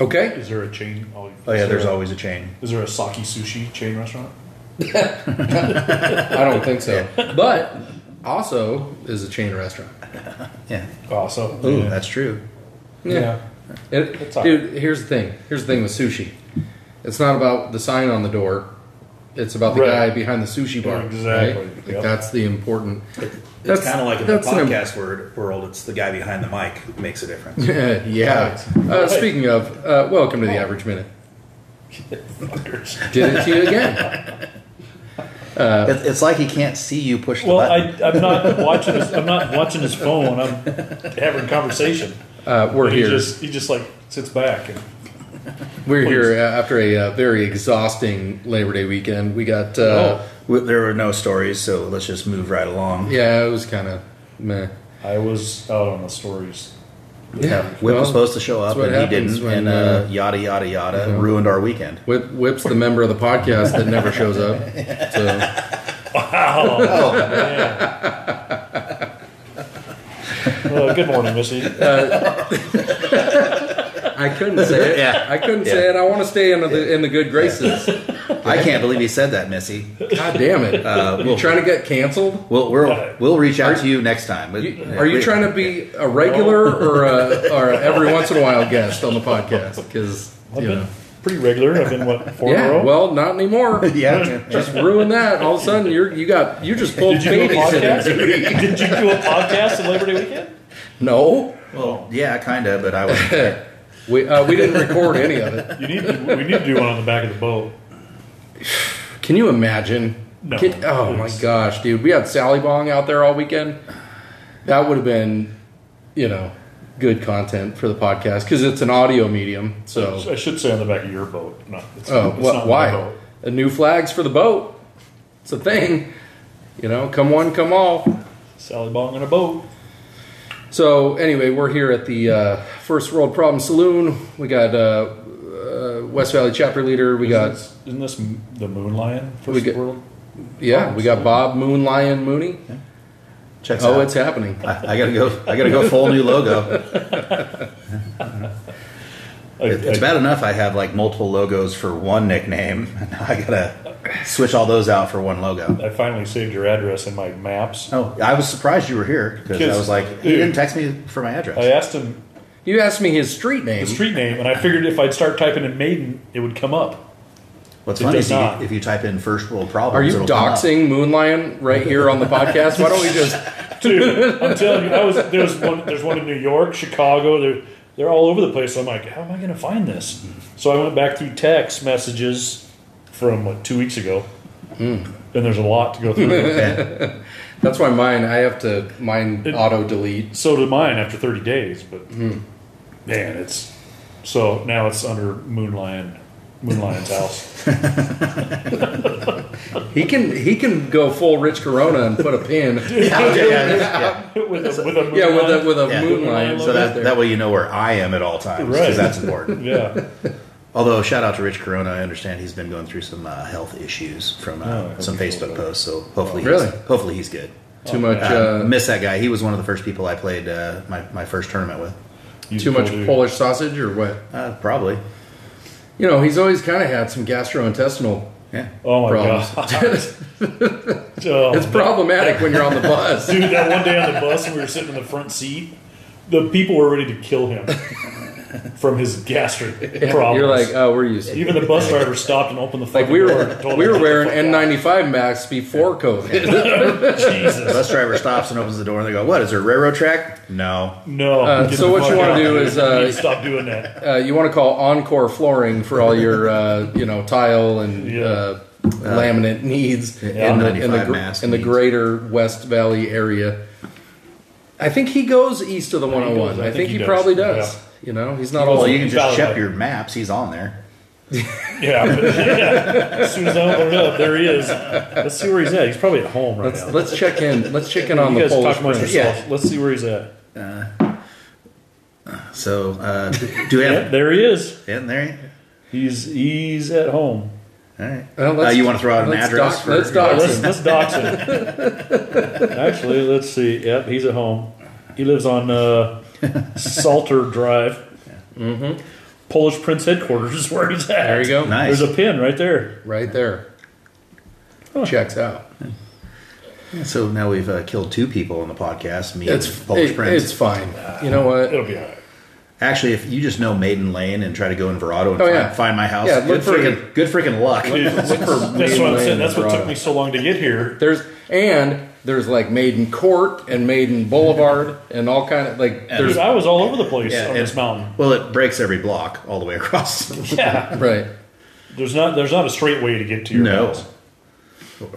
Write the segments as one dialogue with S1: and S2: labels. S1: Okay.
S2: Is there a chain? Oh,
S3: Oh yeah,
S2: is
S3: there's
S2: there a-
S3: always a chain.
S2: Is there a sake sushi chain restaurant?
S1: I don't think so. But also is a chain restaurant.
S3: Yeah.
S2: Oh, so
S3: Ooh,
S2: yeah.
S3: that's true.
S2: yeah.
S1: It-
S2: It's all
S1: dude, here's the thing. Here's the thing with sushi. It's not about the sign on the door. It's about the
S2: Right.
S1: guy behind the sushi bar.
S2: Exactly.
S1: right? Like,
S2: Yep.
S1: That's the important.
S3: It's
S1: That's-
S3: kind of like in the
S1: that's an-
S3: podcast word, world. It's the guy behind the mic makes a difference.
S1: yeah. Uh,
S2: Right.
S1: speaking of, uh, welcome to the average minute.
S2: Fuckers.
S1: Did it to you again.
S3: It- it's like he can't see you push the
S2: Well, I,
S3: button.
S2: I'm not watching. His, I'm not watching his phone. I'm having a conversation.
S1: Uh, we're
S2: he
S1: here.
S2: just he just like sits back and
S1: we're
S2: please.
S1: here uh, after a uh, very exhausting Labor Day weekend. We got.
S2: Oh.
S1: Uh,
S3: W- there were no stories, so let's just move right along.
S1: Yeah, it was kind of meh.
S2: I was out on the stories.
S1: Yeah,
S3: Whip
S1: well,
S3: was supposed to show up
S1: that's what
S3: and he
S1: happens
S3: didn't,
S1: when,
S3: and uh,
S1: uh,
S3: yada yada yada ruined our weekend.
S1: Whip, Whip's the member of the podcast that never shows up. So
S2: Oh.
S1: Oh.
S2: Yeah. well, good morning, Missy.
S1: I couldn't say it.
S3: Yeah.
S1: I couldn't say it. I want to stay in the in the good graces.
S3: I can't believe he said that, Missy.
S1: God damn it!
S3: Uh,
S1: you trying to get canceled?
S3: We'll we'll, we'll reach out to you next time.
S1: You- Are you trying to be a regular or a, or a every once in a while guest on the podcast? Because
S2: I've
S1: you know,
S2: been pretty regular. I've been what four in a
S1: yeah.
S2: row.
S1: Well, not anymore.
S3: Yeah.
S1: Just ruin that. All of a sudden, you're you got you just pulled
S2: Did you do a podcast?
S1: babysitter.
S2: Did you do a podcast on Labor Day weekend?
S1: No,
S3: Well, yeah, kind of, but I was.
S1: we uh, we didn't record any of it.
S2: You need. We need to do one on the back of the boat.
S1: Can you imagine?
S2: No.
S1: Can- oh my
S2: It's-
S1: gosh, dude. We had Sally Bong out there all weekend. That would have been, you know, good content for the podcast because it's an audio medium. So,
S2: I should say on the back of your boat. No, it's,
S1: oh,
S2: it's
S1: what,
S2: not my
S1: why?
S2: boat.
S1: A new flags for the boat. It's a thing. You know, come one, come all.
S2: Sally Bong on a boat.
S1: So, anyway, we're here at the uh, First World Problem Saloon. We got uh, uh, West Valley chapter leader. We got,
S2: Isn't this m- the Moon Lion
S1: We
S2: First
S1: get-
S2: World?
S1: yeah, we got Bob Moon Lion Mooney.
S3: Checks
S1: Oh,
S3: out.
S1: it's happening.
S3: I, I gotta go. I gotta go full new logo.
S2: I,
S3: It- It's
S2: I-
S3: bad enough I have like multiple logos for one nickname. Now I gotta switch all those out for one logo.
S2: I finally saved your address in my maps.
S3: Oh, I was surprised you were here because I was like, he
S2: Dude.
S3: didn't text me for my
S2: I
S3: address.
S2: asked him
S1: You asked me his street name.
S2: the street name, and I figured if I'd start typing in Maiden, it would come up.
S3: What's
S2: It
S3: funny
S2: does
S3: is you,
S2: not.
S3: if you type in first world problems,
S1: Are you
S3: it'll come up.
S1: doxing Moonlion right here on the podcast? Why don't we just?
S2: Dude, I'm telling you, I was there was one. There's one in New York, Chicago. They're they're all over the place. I'm like, how am I going to find this? So I went back through text messages from what two weeks ago,
S3: Hmm.
S2: and there's a lot to go through.
S1: That's why mine. I have to mine
S2: It-
S1: auto delete.
S2: so did mine after 30 days, but man, it's so now it's under Moonlion, Moonlion's house.
S1: He can he can go full Rich Corona and put a pin.
S3: Yeah, yeah, yeah.
S2: with a, with a Moonlion.
S1: yeah, with a with a
S3: Yeah.
S1: Moonlion.
S2: So
S3: So
S1: right
S3: that,
S1: there.
S3: that way you know where I am at all times
S2: Right.
S3: because that's important.
S2: yeah.
S3: Although shout out to Rich Corona, I understand he's been going through some uh, health issues from uh,
S2: Oh, I hope
S3: some
S2: he feels
S3: Facebook
S2: better.
S3: posts. So hopefully,
S1: Really?
S3: he's, hopefully he's good.
S1: too much
S3: Uh,
S1: uh,
S3: miss that guy. He was one of the first people I played uh, my my first tournament with.
S2: He's
S1: too
S2: a cool
S1: much
S2: dude.
S1: Polish sausage or what?
S3: Uh, probably.
S1: You know, he's always kind of had some gastrointestinal
S3: Yeah.
S2: Oh my
S1: problems.
S2: god. Oh,
S1: it's problematic when you're on the bus.
S2: Dude, that one day on the bus when we were sitting in the front seat, the people were ready to kill him from his gastric problems.
S1: You're like, oh, we're used. To it.
S2: even the bus driver stopped and opened the fucking
S1: Like we
S2: door and
S1: were
S2: told
S1: we
S2: him
S1: were
S2: to get
S1: wearing
S2: the
S1: N95 masks before COVID.
S2: fuck out. Jesus.
S3: Bus driver stops and opens the door and they go, "What is there a railroad track?" No.
S2: No.
S1: Uh,
S2: get
S1: so
S2: the
S1: what you
S2: fuck
S1: wanna
S2: out.
S1: do is,
S2: You
S1: uh,
S2: need to stop doing that.
S1: Uh, you want to call Encore Flooring for all your, uh, you know, tile and
S2: Yeah.
S1: uh, laminate needs in, the, in, the,
S3: N95
S1: gr-
S3: mask
S1: in the
S3: needs.
S1: greater West Valley area. I think he goes east of the 101. I
S2: does.
S1: think, he, probably does.
S2: Yeah.
S1: You know, he's not all.
S3: Well, you can just
S2: Valid.
S3: check your maps. He's on there.
S2: Yeah, but- yeah. As soon as I open it up, there he is. Let's see where he's at. He's probably at home right
S1: let's,
S2: now.
S1: let's check in. Let's check in on
S2: you
S1: the
S2: guys
S1: Polish
S2: talk amongst
S1: Prince.
S2: yourselves. Let's see where he's at.
S3: So uh, do we
S2: Yeah,
S3: have
S2: there he is.
S3: yeah. there?
S2: He's he's at home.
S3: All right.
S1: Well,
S3: uh,
S1: let's-
S3: you want to throw out an
S1: let's
S3: address?
S1: doc- let's doc-
S2: Let's, let's dox him. Actually, let's see. Yep, he's at home. He lives on uh, Salter Drive. Polish Prince headquarters is where he's at.
S1: Mm-hmm. There you go.
S3: Nice.
S2: There's a pin right there.
S1: Right there. Checks out.
S3: So now we've uh, killed two people on the podcast. Me
S1: It's
S3: and Polish
S1: it-
S3: Prince.
S1: It's fine.
S2: Uh,
S1: You know what?
S2: It'll be all right.
S3: Actually, if you just know Maiden Lane and try to go in Verado and
S1: Oh,
S3: find,
S1: yeah.
S3: find my house,
S1: Yeah,
S3: good
S1: look for-
S3: freaking good freaking luck.
S2: that's what I'm saying. That's what took me so long to get here.
S1: There's and there's like Maiden Court and Maiden Boulevard and all kind of like
S2: Because
S1: there's
S2: I was all over the place on
S3: Yeah, it-
S2: this mountain.
S3: Well, it breaks every block all the way across.
S2: Yeah,
S1: right.
S2: there's not there's not a straight way to get to your
S3: No.
S2: house.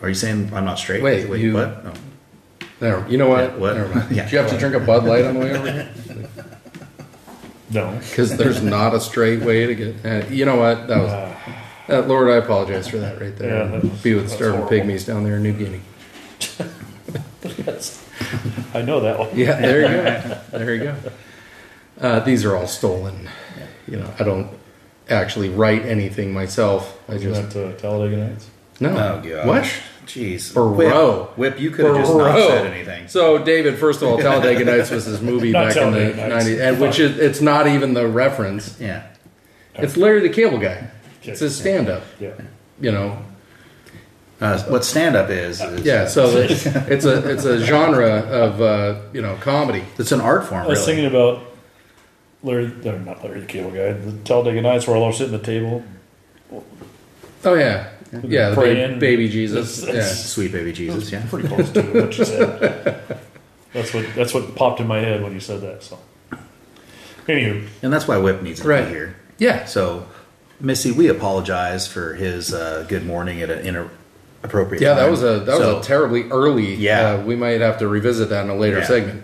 S3: Are you saying I'm not straight?
S1: Wait, you-
S3: what? Oh, No.
S1: There. You know what?
S3: Yeah, what?
S1: Never mind.
S3: Yeah.
S1: Did you have to drink a Bud Light on the way over here?
S2: No,
S1: Because there's not a straight way to get. eh, you know what? That was. uh, Lord, I apologize for that right there.
S2: Yeah, that was-
S1: Be with
S2: that's
S1: starving
S2: horrible.
S1: pygmies down there in New Guinea.
S2: That's- I know that one.
S1: Yeah, there you go. there you go. Uh, these are all stolen. You know, I don't actually write anything myself. I
S2: You
S1: just
S2: went to uh, Talladega Nights.
S1: no.
S3: Oh god.
S1: What?
S3: Jeez.
S1: Burrow.
S3: Whip, Whip, you could have just not
S1: Burrow.
S3: said anything.
S1: So, David, first of all, Talladega Nights was his movie
S2: Not
S1: back in the
S2: Talladega Nights.
S1: '90s, and which is it's not even the reference.
S3: yeah.
S1: It's Larry the Cable Guy. It's
S2: Okay.
S1: his stand-up.
S2: Yeah,
S1: You know,
S3: Uh, what stand up is, is
S1: Yeah, so it's, it's a it's a genre of uh, you know comedy.
S3: it's an art form
S2: I was
S3: really.
S2: thinking about Larry, or not Larry the Cable Guy, the Talladega Nights where all are sitting at the table.
S1: Oh yeah, yeah, the baby,
S2: Praying.
S1: baby Jesus.
S2: That's-
S1: Yeah.
S2: that's-
S3: Sweet baby Jesus, yeah.
S2: Oh, Pretty close to what you said. That's what that's what popped in my head when you said that. So, anywho,
S3: And that's why Whip needs to
S1: Right.
S3: be here.
S1: yeah,
S3: So Missy, we apologize for his uh, good morning at an inappropriate
S1: yeah.
S3: time.
S1: That was a that was
S3: So,
S1: a terribly early.
S3: Yeah.
S1: uh, we might have to revisit that in a later
S3: Yeah.
S1: segment.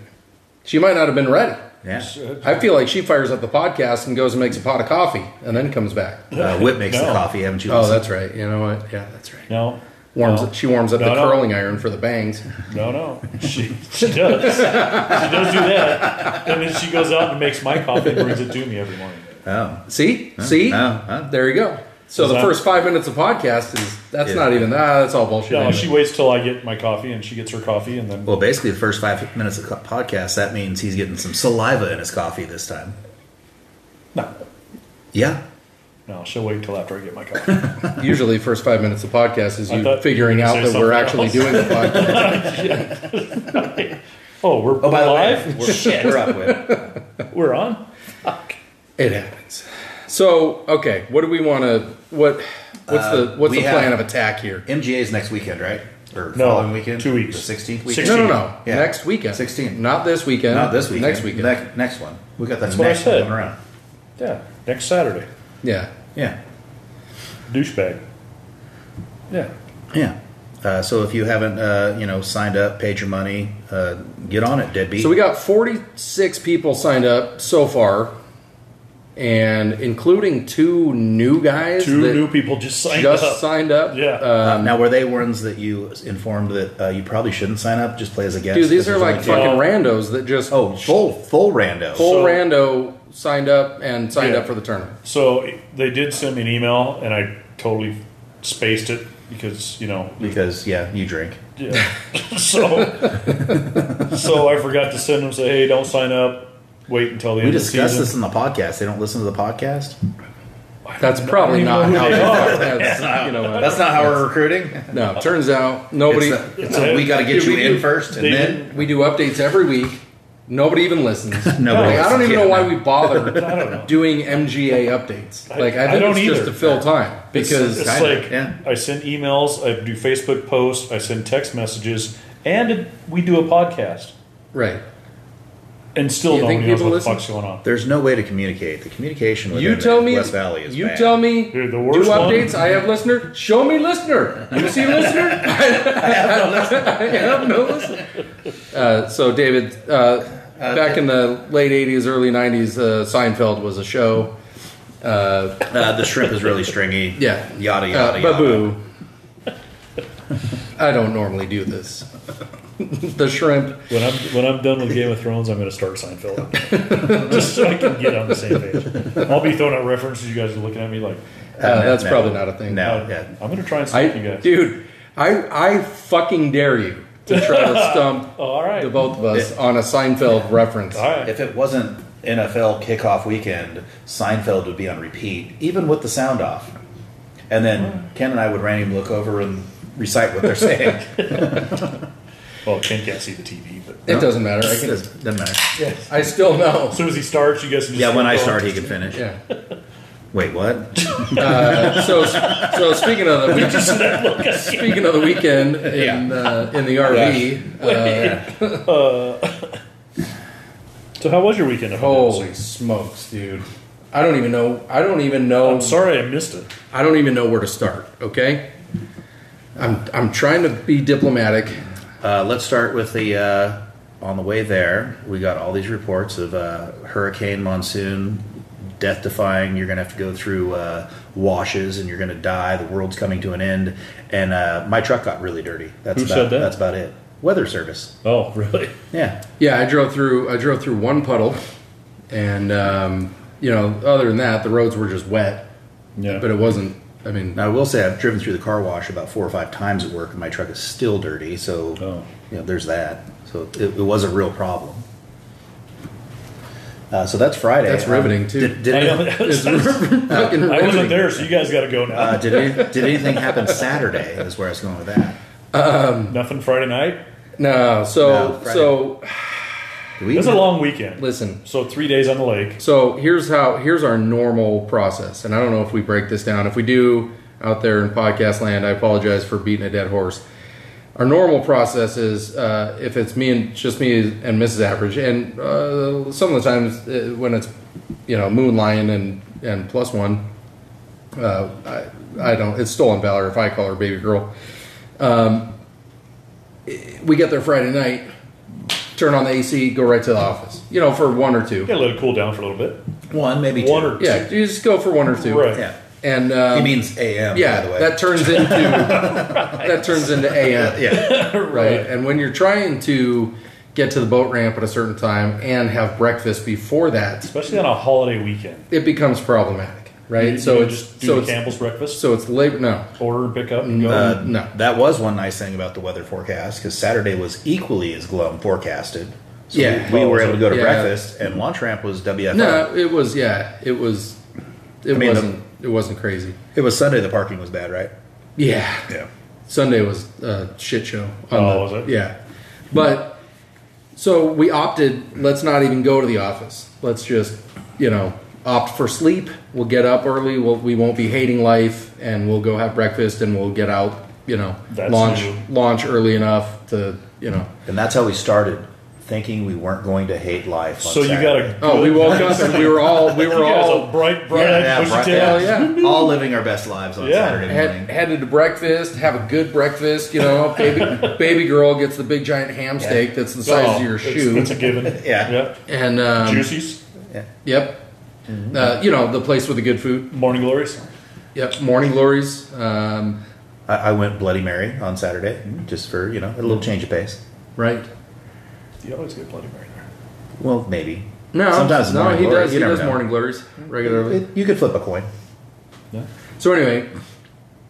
S1: She might not have been ready.
S3: yeah.
S1: I feel like she fires up the podcast and goes and makes a pot of coffee and then comes back.
S3: Uh, Whip makes the
S2: No.
S3: coffee, haven't you?
S1: Oh,
S3: listened?
S1: that's right. You know what? Yeah, that's right.
S2: no,
S1: Warms
S2: no,
S1: she warms up the
S2: No, no.
S1: curling iron for the bangs.
S2: No, no, she she does. she does do that, and then she goes out and makes my coffee and brings it to me every morning.
S3: Oh,
S1: See, see,
S3: oh, oh.
S1: there you go. So
S2: Is
S1: the
S2: that-
S1: first five minutes of podcast is that's
S3: Yeah.
S1: not even ah, that's all bullshit.
S2: No,
S1: anyway.
S2: she waits till I get my coffee, and she gets her coffee, and then
S3: Well, basically, the first five minutes of the podcast, that means he's getting some saliva in his coffee this time.
S2: no,
S3: Yeah.
S2: no, she'll wait till after I get my coffee.
S1: Usually, first five minutes of the podcast is
S2: I
S1: you
S2: thought you
S1: figuring
S2: were gonna
S1: out
S2: say
S1: that we're actually
S2: something else.
S1: doing the podcast.
S2: Oh, we're
S3: Oh, by the
S2: live.
S3: way, we're, we're up with.
S2: we're on.
S1: it happens. So, okay, what do we want to what What's
S2: Uh,
S1: the what's
S3: we
S1: the plan of
S3: have-
S1: attack here?
S3: MGA's next weekend, right? Or
S2: No,
S3: following weekend?
S2: two weeks.
S3: The 16th
S2: Six-
S3: weekend?
S1: No, no,
S2: 16.
S1: no.
S3: Yeah.
S1: Next weekend.
S3: 16.
S1: Not this weekend.
S3: Not this weekend.
S1: Next weekend.
S3: Nec- next one. We got the
S2: what I
S3: next
S2: said.
S3: one around.
S2: Yeah, next Saturday,
S1: yeah.
S3: Yeah.
S2: douchebag. Yeah,
S3: Yeah. Uh, so if you haven't, uh, you know, signed up, paid your money, uh, get on it, deadbeat.
S1: So we got 46 people signed up so far, and including two new guys.
S2: two
S1: that
S2: new people just signed
S1: just
S2: up.
S1: signed up.
S2: Yeah.
S1: Uh,
S3: um, now, were they ones that you informed that uh, you probably shouldn't sign up? Just play as a guest.
S1: dude, these
S3: 'Cause
S1: are
S3: there's
S1: like
S3: only
S1: fucking
S3: two-
S1: randos that just
S3: oh, full full rando.
S1: full
S2: So-
S1: rando signed up and signed
S2: Yeah.
S1: up for the tournament.
S2: so they did send me an email, and I totally spaced it because you know
S3: because yeah, you drink.
S2: Yeah. so, so I forgot to send them say, hey, don't sign up. Wait until the
S3: We
S2: end of the
S3: discussed
S2: season.
S3: this in the podcast. They don't listen to the podcast.
S1: That's probably
S2: I
S1: not
S2: don't even
S1: how they
S2: know who
S1: are. That's, you know, uh,
S3: That's not how we're recruiting.
S1: no, turns out nobody.
S3: It's a, it's a, we got to get
S1: Dude,
S3: you
S1: we
S3: in
S1: do-
S3: first, and
S2: they
S3: then
S1: we do updates every week. Nobody even listens. Nobody.
S3: Nobody
S1: I don't
S3: listens,
S1: even
S3: yeah.
S1: know why we bother
S2: I don't know.
S1: doing MGA updates. Like I
S2: I
S1: think
S2: don't
S1: it's just
S2: either.
S1: to fill time because
S2: It's
S3: Kinda,
S2: like
S3: yeah.
S2: I send emails, I do Facebook posts, I send text messages, and we do a podcast,
S1: right.
S2: and still
S1: You
S2: nobody
S1: think
S2: knows
S1: people
S2: what
S1: listen?
S2: the fuck's going on.
S3: there's no way to communicate. The communication with
S1: You tell me
S3: West Valley is
S1: you
S3: bad.
S1: tell me
S2: Dude, the
S1: do
S2: worst one-
S1: updates. I have listener. Show me listener. You see listener? I have no listener. Uh, so David, uh, back in the late '80s, early '90s, uh, Seinfeld was a show. Uh,
S3: uh, the shrimp is really stringy.
S1: Yeah.
S3: yada yada.
S1: uh,
S3: yada.
S1: baboo. I don't normally do this. the shrimp.
S2: When I'm when I'm done with Game of Thrones, I'm going to start Seinfeld, just so I can get on the same page. I'll be throwing out references. You guys are looking at me like,
S1: Uh, that's probably not a thing.
S3: No,
S2: uh,
S3: yeah.
S2: I'm going to try and
S1: I,
S2: stump you guys.
S1: dude, I I fucking dare you to try to stump
S2: All right,
S1: the both of us on a Seinfeld reference.
S2: all right.
S3: If it wasn't NFL kickoff weekend, Seinfeld would be on repeat, even with the sound off. And then Ken and I would randomly look over and recite what they're saying.
S2: Well, Ken can't see the TV, but
S1: It doesn't matter. I,
S3: It
S1: can,
S3: doesn't doesn't matter.
S1: I still know.
S2: as soon as he starts, you guys. Can just
S3: Yeah, when I
S2: go.
S3: start, he can finish.
S1: Yeah.
S3: Wait, what?
S1: So, so speaking of the weekend, speaking of the weekend in uh, in the RV, uh,
S2: So how was your weekend? at home?
S1: holy smokes, dude! I don't even know. I don't even know.
S2: I'm sorry I missed it.
S1: I don't even know where to start. Okay, I'm I'm trying to be diplomatic.
S3: Uh, let's start with the. Uh, on the way there, we got all these reports of uh, hurricane, monsoon, death defying. You're going to have to go through uh, washes and you're going to die. The world's coming to an end. And uh, my truck got really dirty. That's
S2: Who
S3: about,
S2: said that?
S3: That's about it. Weather service.
S2: Oh, really?
S3: Yeah.
S1: Yeah, I drove through. I drove through one puddle, and um, you know, other than that, the roads were just wet.
S2: Yeah.
S1: But it wasn't. I mean,
S3: Now, I will say I've driven through the car wash about four or five times at work, and my truck is still dirty. So,
S2: Oh.
S3: you know, there's that. So it, it was a real problem. Uh, so that's Friday.
S1: That's
S3: Um,
S1: riveting, too.
S3: Did, did
S2: I, know,
S3: any-
S1: it's fucking
S2: I
S1: riveting.
S2: wasn't there, so you guys got to go now.
S3: uh, did, any, did anything happen Saturday? Is where I was going with that.
S2: Nothing Friday night.
S1: No,
S3: No,
S1: so
S3: Friday.
S1: so
S3: Do we
S2: It was a
S3: even-
S2: long weekend.
S1: listen.
S2: So three days on the lake.
S1: So here's how here's our normal process, and I don't know if we break this down. If we do out there in podcast land, I apologize for beating a dead horse. Our normal process is uh, if it's me and just me and Mrs. Average, and uh, some of the times uh, when it's you know Moon Lion and and plus one, uh, I, I don't. It's stolen valor if I call her baby girl. Um, we get there Friday night, turn on the AC, go right to the office. You know, for one or two.
S2: You got to let it cool down for a little bit.
S3: one, maybe
S2: One
S3: two.
S2: or
S1: Yeah, you just go for one or two.
S2: Right.
S3: Yeah,
S1: And um,
S3: he means a.m.
S1: yeah,
S3: by the way.
S1: that turns into that turns into AM,
S3: yeah,
S1: right? And when you're trying to get to the boat ramp at a certain time and have breakfast before that,
S2: especially on a holiday weekend.
S1: it becomes problematic, right?
S2: You-
S1: so
S2: you
S1: it's
S2: just do
S1: so
S2: the
S1: it's
S2: Campbell's breakfast,
S1: so it's labor. No,
S2: order and pick up, and go.
S3: Uh,
S1: no.
S3: That was one nice thing about the weather forecast because Saturday was equally as glum forecasted. So
S1: Yeah.
S3: we, we were able to go to
S1: Yeah.
S3: breakfast, and lunch ramp was WFO.
S1: No, it was yeah, it was it
S3: I mean, the-
S1: wasn't it wasn't crazy.
S3: It was Sunday. The parking was bad, right?
S1: Yeah.
S3: Yeah.
S1: Sunday was a shit show. on
S2: Oh,
S1: the-
S2: was it?
S1: Yeah. But so we opted, let's not even go to the office. Let's just, you know, opt for sleep. We'll get up early. We'll, we won't be hating life and we'll go have breakfast and we'll get out, you know,
S2: That's
S1: launch
S2: new.
S1: launch early enough to, you know.
S3: And that's how we started, thinking we weren't going to hate life. on
S2: so you got to.
S3: Saturday.
S1: Oh, we woke up and we were all we were
S2: You guys are
S1: all
S2: bright, bright
S1: Yeah,
S2: eyed
S3: yeah,
S2: bushy
S3: bright-
S2: tail.
S1: hell yeah.
S3: all living our best lives on
S2: Yeah.
S3: Saturday morning.
S1: Head, headed to breakfast, have a good breakfast, you know. Baby, baby girl gets the big giant ham steak that's the size
S2: Oh,
S1: of your
S2: it's-
S1: shoe,
S2: It's a given.
S3: Yeah.
S2: yeah.
S1: and um,
S2: Juicies,
S1: Yep. Uh, you know, the place with the good food.
S2: morning glories.
S1: Yep. Morning glories. Um,
S3: I, I went Bloody Mary on Saturday
S1: Hmm.
S3: just for you know a little change of pace.
S1: right.
S2: You always get Bloody Mary there.
S3: Well, maybe
S1: No,
S3: Sometimes
S1: no,
S3: morning
S1: he
S3: glory,
S1: does.
S3: you
S1: He
S3: never
S1: does
S3: know.
S1: morning glories regularly.
S3: It- you could flip a coin.
S2: Yeah.
S1: so anyway,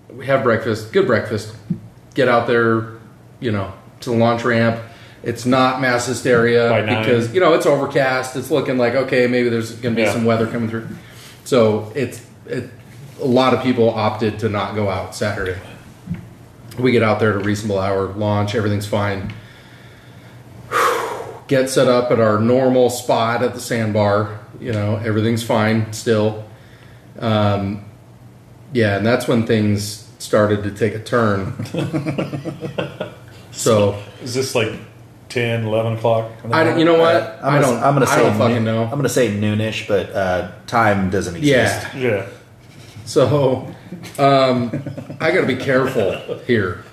S1: we have breakfast. Good breakfast. Get out there, you know, to the launch ramp. It's not mass hysteria
S2: By nine.
S1: because you know it's overcast. It's looking like okay, maybe there's going to be
S2: Yeah.
S1: some weather coming through. So it's it, a lot of people opted to not go out Saturday. We get out there at a reasonable hour, launch, everything's fine. Get set up at our normal spot at the sandbar, you know, everything's fine still. Um, yeah, and that's when things started to take a turn. so,
S2: Is this like 10, 11 o'clock? in the
S1: I don't, you know what? I
S3: I'm
S1: don't,
S3: Gonna, I'm gonna
S1: I
S3: say
S1: don't fucking
S3: noon-
S1: know.
S3: I'm gonna say noonish, but uh, time doesn't exist.
S1: yeah.
S2: morning? Yeah.
S1: So um, I got to be careful here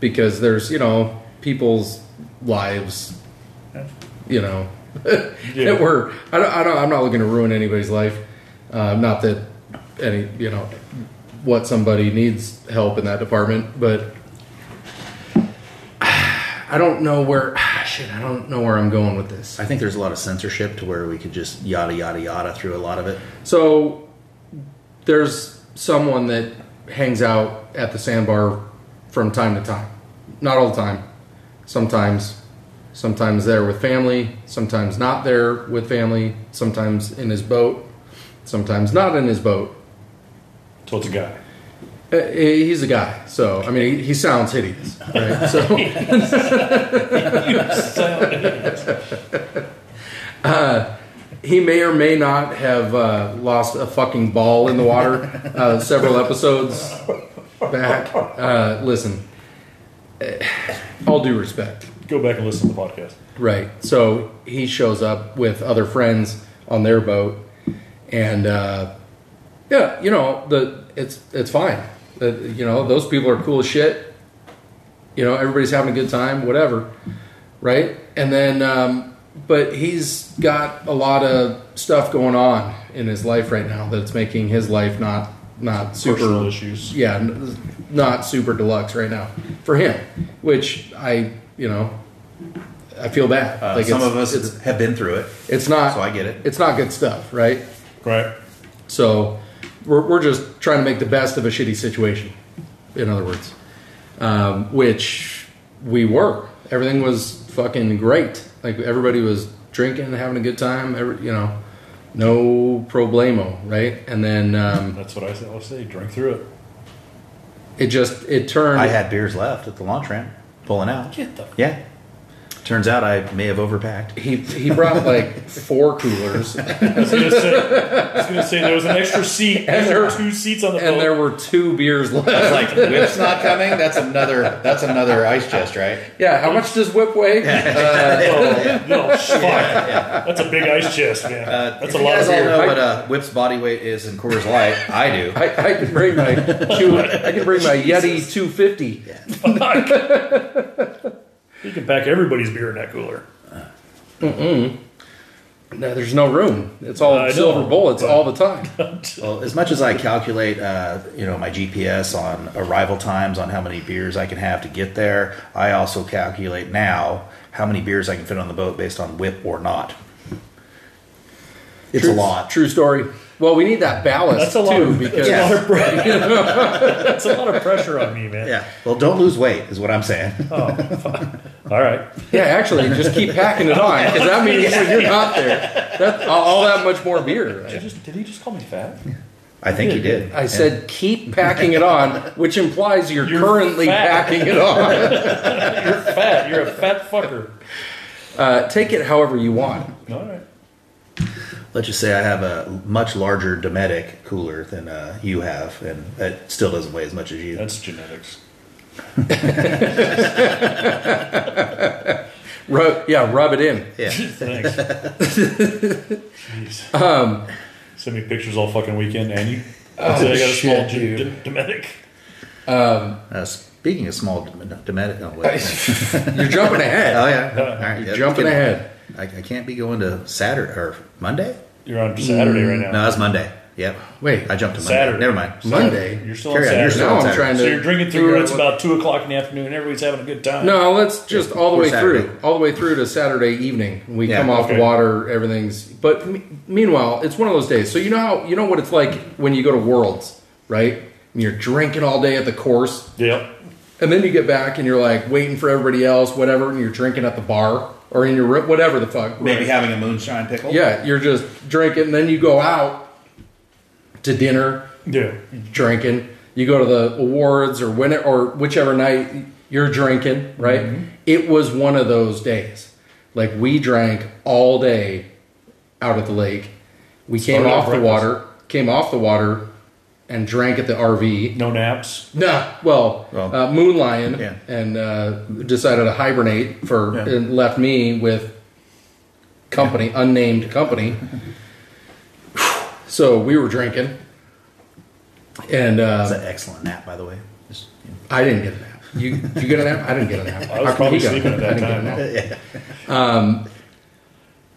S1: because there's, you know, people's lives, you know,
S2: Yeah.
S1: that were, I don't, I don't, I'm not looking to ruin anybody's life. Uh, not that any, you know, what somebody needs help in that department, but I don't know where, shit, I don't know where I'm going with this.
S3: I think there's a lot of censorship to where we could just yada yada yada through a lot of it.
S1: So there's someone that hangs out at the sandbar from time to time. Not all the time. Sometimes. sometimes there with family, sometimes not there with family, sometimes in his boat, sometimes not in his boat.
S2: So it's a guy.
S1: Uh, He's a guy, so I mean, he, he sounds hideous, right? So, Uh, he may or may not have uh, lost a fucking ball in the water uh, several episodes back. Uh, listen, eh, all due respect,
S2: Go back and listen to the podcast.
S1: right? So he shows up with other friends on their boat, and uh, yeah, you know the it's it's fine. Uh, you know those people are cool as shit. You know everybody's having a good time, whatever, right? And then, um, but he's got a lot of stuff going on in his life right now that's making his life not not super
S2: Personal issues.
S1: yeah, n- not super deluxe right now for him, which I, you know, I feel bad.
S3: Uh,
S1: like
S3: some
S1: it's,
S3: of us
S1: it's,
S3: have been through it,
S1: it's not,
S3: so I get it.
S1: it's not good stuff, right?
S2: Right.
S1: So we're, we're just trying to make the best of a shitty situation, in other words, um, which we were. Everything was fucking great. Like everybody was drinking, having a good time. Every, you know, no problemo, right? And then um,
S2: That's what I always say. Drink through it.
S1: it just it turned.
S3: I had beers left at the launch ramp, pulling out.
S2: Get the
S3: Yeah. Turns out I may have overpacked.
S1: He, he brought like four coolers
S2: I was gonna say, I was gonna say there was an extra seat.
S1: And
S2: there were
S1: there-
S2: two seats on the
S1: and there
S2: boat.
S1: were two beers left.
S4: It's like whip's not coming. That's another. That's another ice chest, right?
S1: Yeah, how much does whip weigh?
S2: oh, no, fuck. That's a big ice chest, man. That's a
S4: If you
S2: lot
S4: guys
S2: of
S4: all
S2: beer.
S4: know what uh, whip's body weight is in Coors Light. I do.
S1: I, I can bring my two, I can bring my Yeti 250.
S2: You can pack everybody's beer in that cooler.
S1: No, there's no room. It's all
S2: I know,
S1: silver bullets all the time.
S3: Well, as much as I calculate, uh, you know, my GPS on arrival times on how many beers I can have to get there, I also calculate now how many beers I can fit on the boat based on whip or not. It's
S1: true,
S3: a lot.
S1: True story. Well, we need that ballast
S2: That's a lot.
S1: too
S2: Of,
S1: because
S2: that's, a lot of pressure. that's a lot of pressure on me, man.
S3: Yeah. Well, don't lose weight is what I'm saying.
S2: All right.
S1: yeah, actually, just keep packing it on because that means when you're not there, that, all that much more beer.
S2: Did, you just, did he just call me fat?
S3: I think he did.
S1: I said keep packing it on, which implies you're,
S2: You're
S1: currently
S2: fat.
S1: packing it on.
S2: You're fat. You're a fat fucker.
S1: Uh, take it however you want.
S2: All right.
S3: Let's just say I have a much larger Dometic cooler than uh, you have, and it still doesn't weigh as much as you.
S2: That's genetics.
S1: Rub, yeah, rub it in.
S3: yeah.
S2: Thanks. Jeez. Send me pictures all fucking weekend, and you. Oh, I got a small
S1: shit,
S2: dude. Dometic.
S3: Uh, speaking of small Dom- Dometic, oh, wait.
S1: You're jumping ahead.
S3: oh yeah, all right,
S1: You're
S3: yeah,
S1: jumping
S3: can-
S1: ahead.
S3: I, I can't be going to Saturday or Monday.
S2: You're on Saturday right now.
S3: No, that's Monday. Yep.
S1: Wait.
S3: I jumped to Monday.
S2: Saturday.
S3: Never mind.
S1: Monday.
S2: You're still on
S3: Carry on,
S2: Saturday.
S3: you're
S1: Now I'm
S3: Saturday.
S1: trying to.
S2: So you're drinking
S1: figure
S2: through.
S1: out
S2: It's
S1: what-
S2: about two o'clock in the afternoon. Everybody's having a good time.
S1: No, let's just all the
S3: Or
S1: way
S3: Saturday.
S1: through, all the way through to Saturday evening. We
S3: Yeah,
S1: come off
S2: okay.
S1: the water, everything's. But me- meanwhile, it's one of those days. So you know how you know what it's like when you go to Worlds, right? And you're drinking all day at the course,
S2: Yep.
S1: and then you get back and you're like waiting for everybody else, whatever, and you're drinking at the bar or in your ri- whatever the fuck.
S4: Maybe having a moonshine pickle.
S1: Yeah, you're just drinking, and then you go out to dinner
S2: Yeah.
S1: drinking. You go to the awards or when or whichever night you're drinking, right?
S2: Mm-hmm.
S1: It was one of those days. Like we drank all day out at the lake. We came
S2: Started at
S1: off the
S2: breakfast.
S1: water, came off the water, and drank at the RV.
S2: No naps.
S1: Nah, well,
S3: Well,
S1: uh, moon lion,
S3: yeah.
S1: and uh, decided to hibernate for
S3: Yeah.
S1: and left me with company, unnamed company. so we were drinking, and uh,
S3: That's an excellent nap, by the way. Just, you know.
S1: I didn't get a nap. You you get a nap? I didn't get a nap.
S2: I was
S1: How come
S2: probably
S1: he got a
S2: sleeping
S1: nap?
S2: at
S1: I
S2: that
S1: didn't get a nap.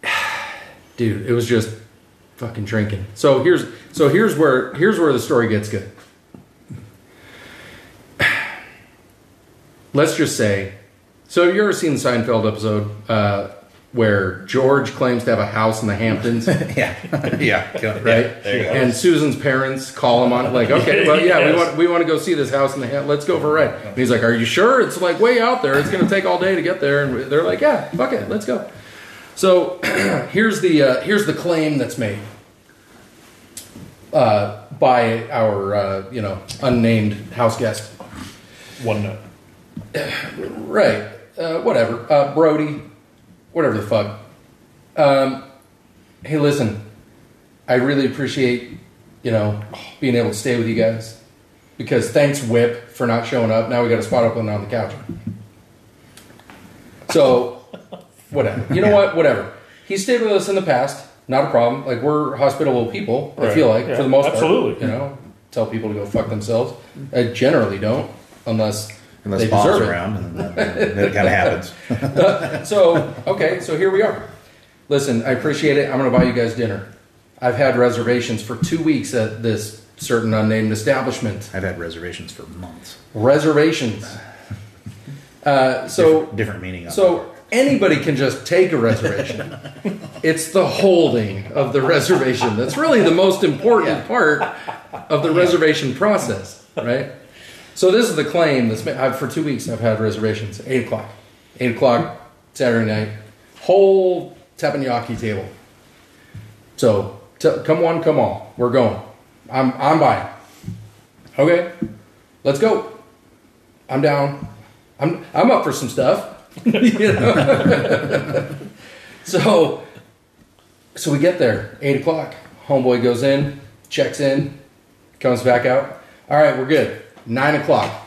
S1: Um, dude, it was just fucking drinking. So here's so here's where here's where the story gets good. Let's just say, so have you ever seen the Seinfeld episode uh, where George claims to have a house in the Hamptons, right?
S3: yeah, yeah, go- yeah, there you go.
S1: and Susan's parents call him on like, okay, well, yeah,
S2: Yes.
S1: we want we want to go see this house in the Hamptons. Let's go for a ride. And he's like, are you sure? It's like way out there. It's going to take all day to get there. And they're like, yeah, fuck it, let's go. So here's the uh, here's the claim that's made uh, by our uh, you know unnamed house guest.
S2: One nut.
S1: Right. Uh, whatever. Uh, Brody, whatever the fuck. Um, hey, listen, I really appreciate, you know, being able to stay with you guys because thanks, Whip, for not showing up. Now we got a spot open on the couch. So, whatever. You know what? Whatever. He stayed with us in the past. Not a problem. Like, we're hospitable people, I feel
S2: Right.
S1: like,
S2: Yeah.
S1: for the most part.
S2: Absolutely.
S1: You know, tell people to go fuck themselves. I generally don't, unless.
S3: Unless
S1: they
S3: Bob's
S1: deserve it.
S3: around, and then that, that kind of happens.
S1: So, okay, so here we are. Listen, I appreciate it. I'm going to buy you guys dinner. I've had reservations for two weeks at this certain unnamed establishment.
S3: I've had reservations for months.
S1: Reservations. Uh, so,
S3: Different meaning. on
S1: so anybody can just take a reservation. it's the holding of the reservation that's really the most important part of the reservation process, right? So this is the claim that's made. I've, for two weeks I've had reservations. Eight o'clock, eight o'clock Saturday night, whole teppanyaki table. So t- come one, come all. We're going. I'm I'm buying. Okay, let's go. I'm down. I'm I'm up for some stuff. you know? so so we get there, eight o'clock. Homeboy goes in, checks in, comes back out. All right, we're good. Nine o'clock.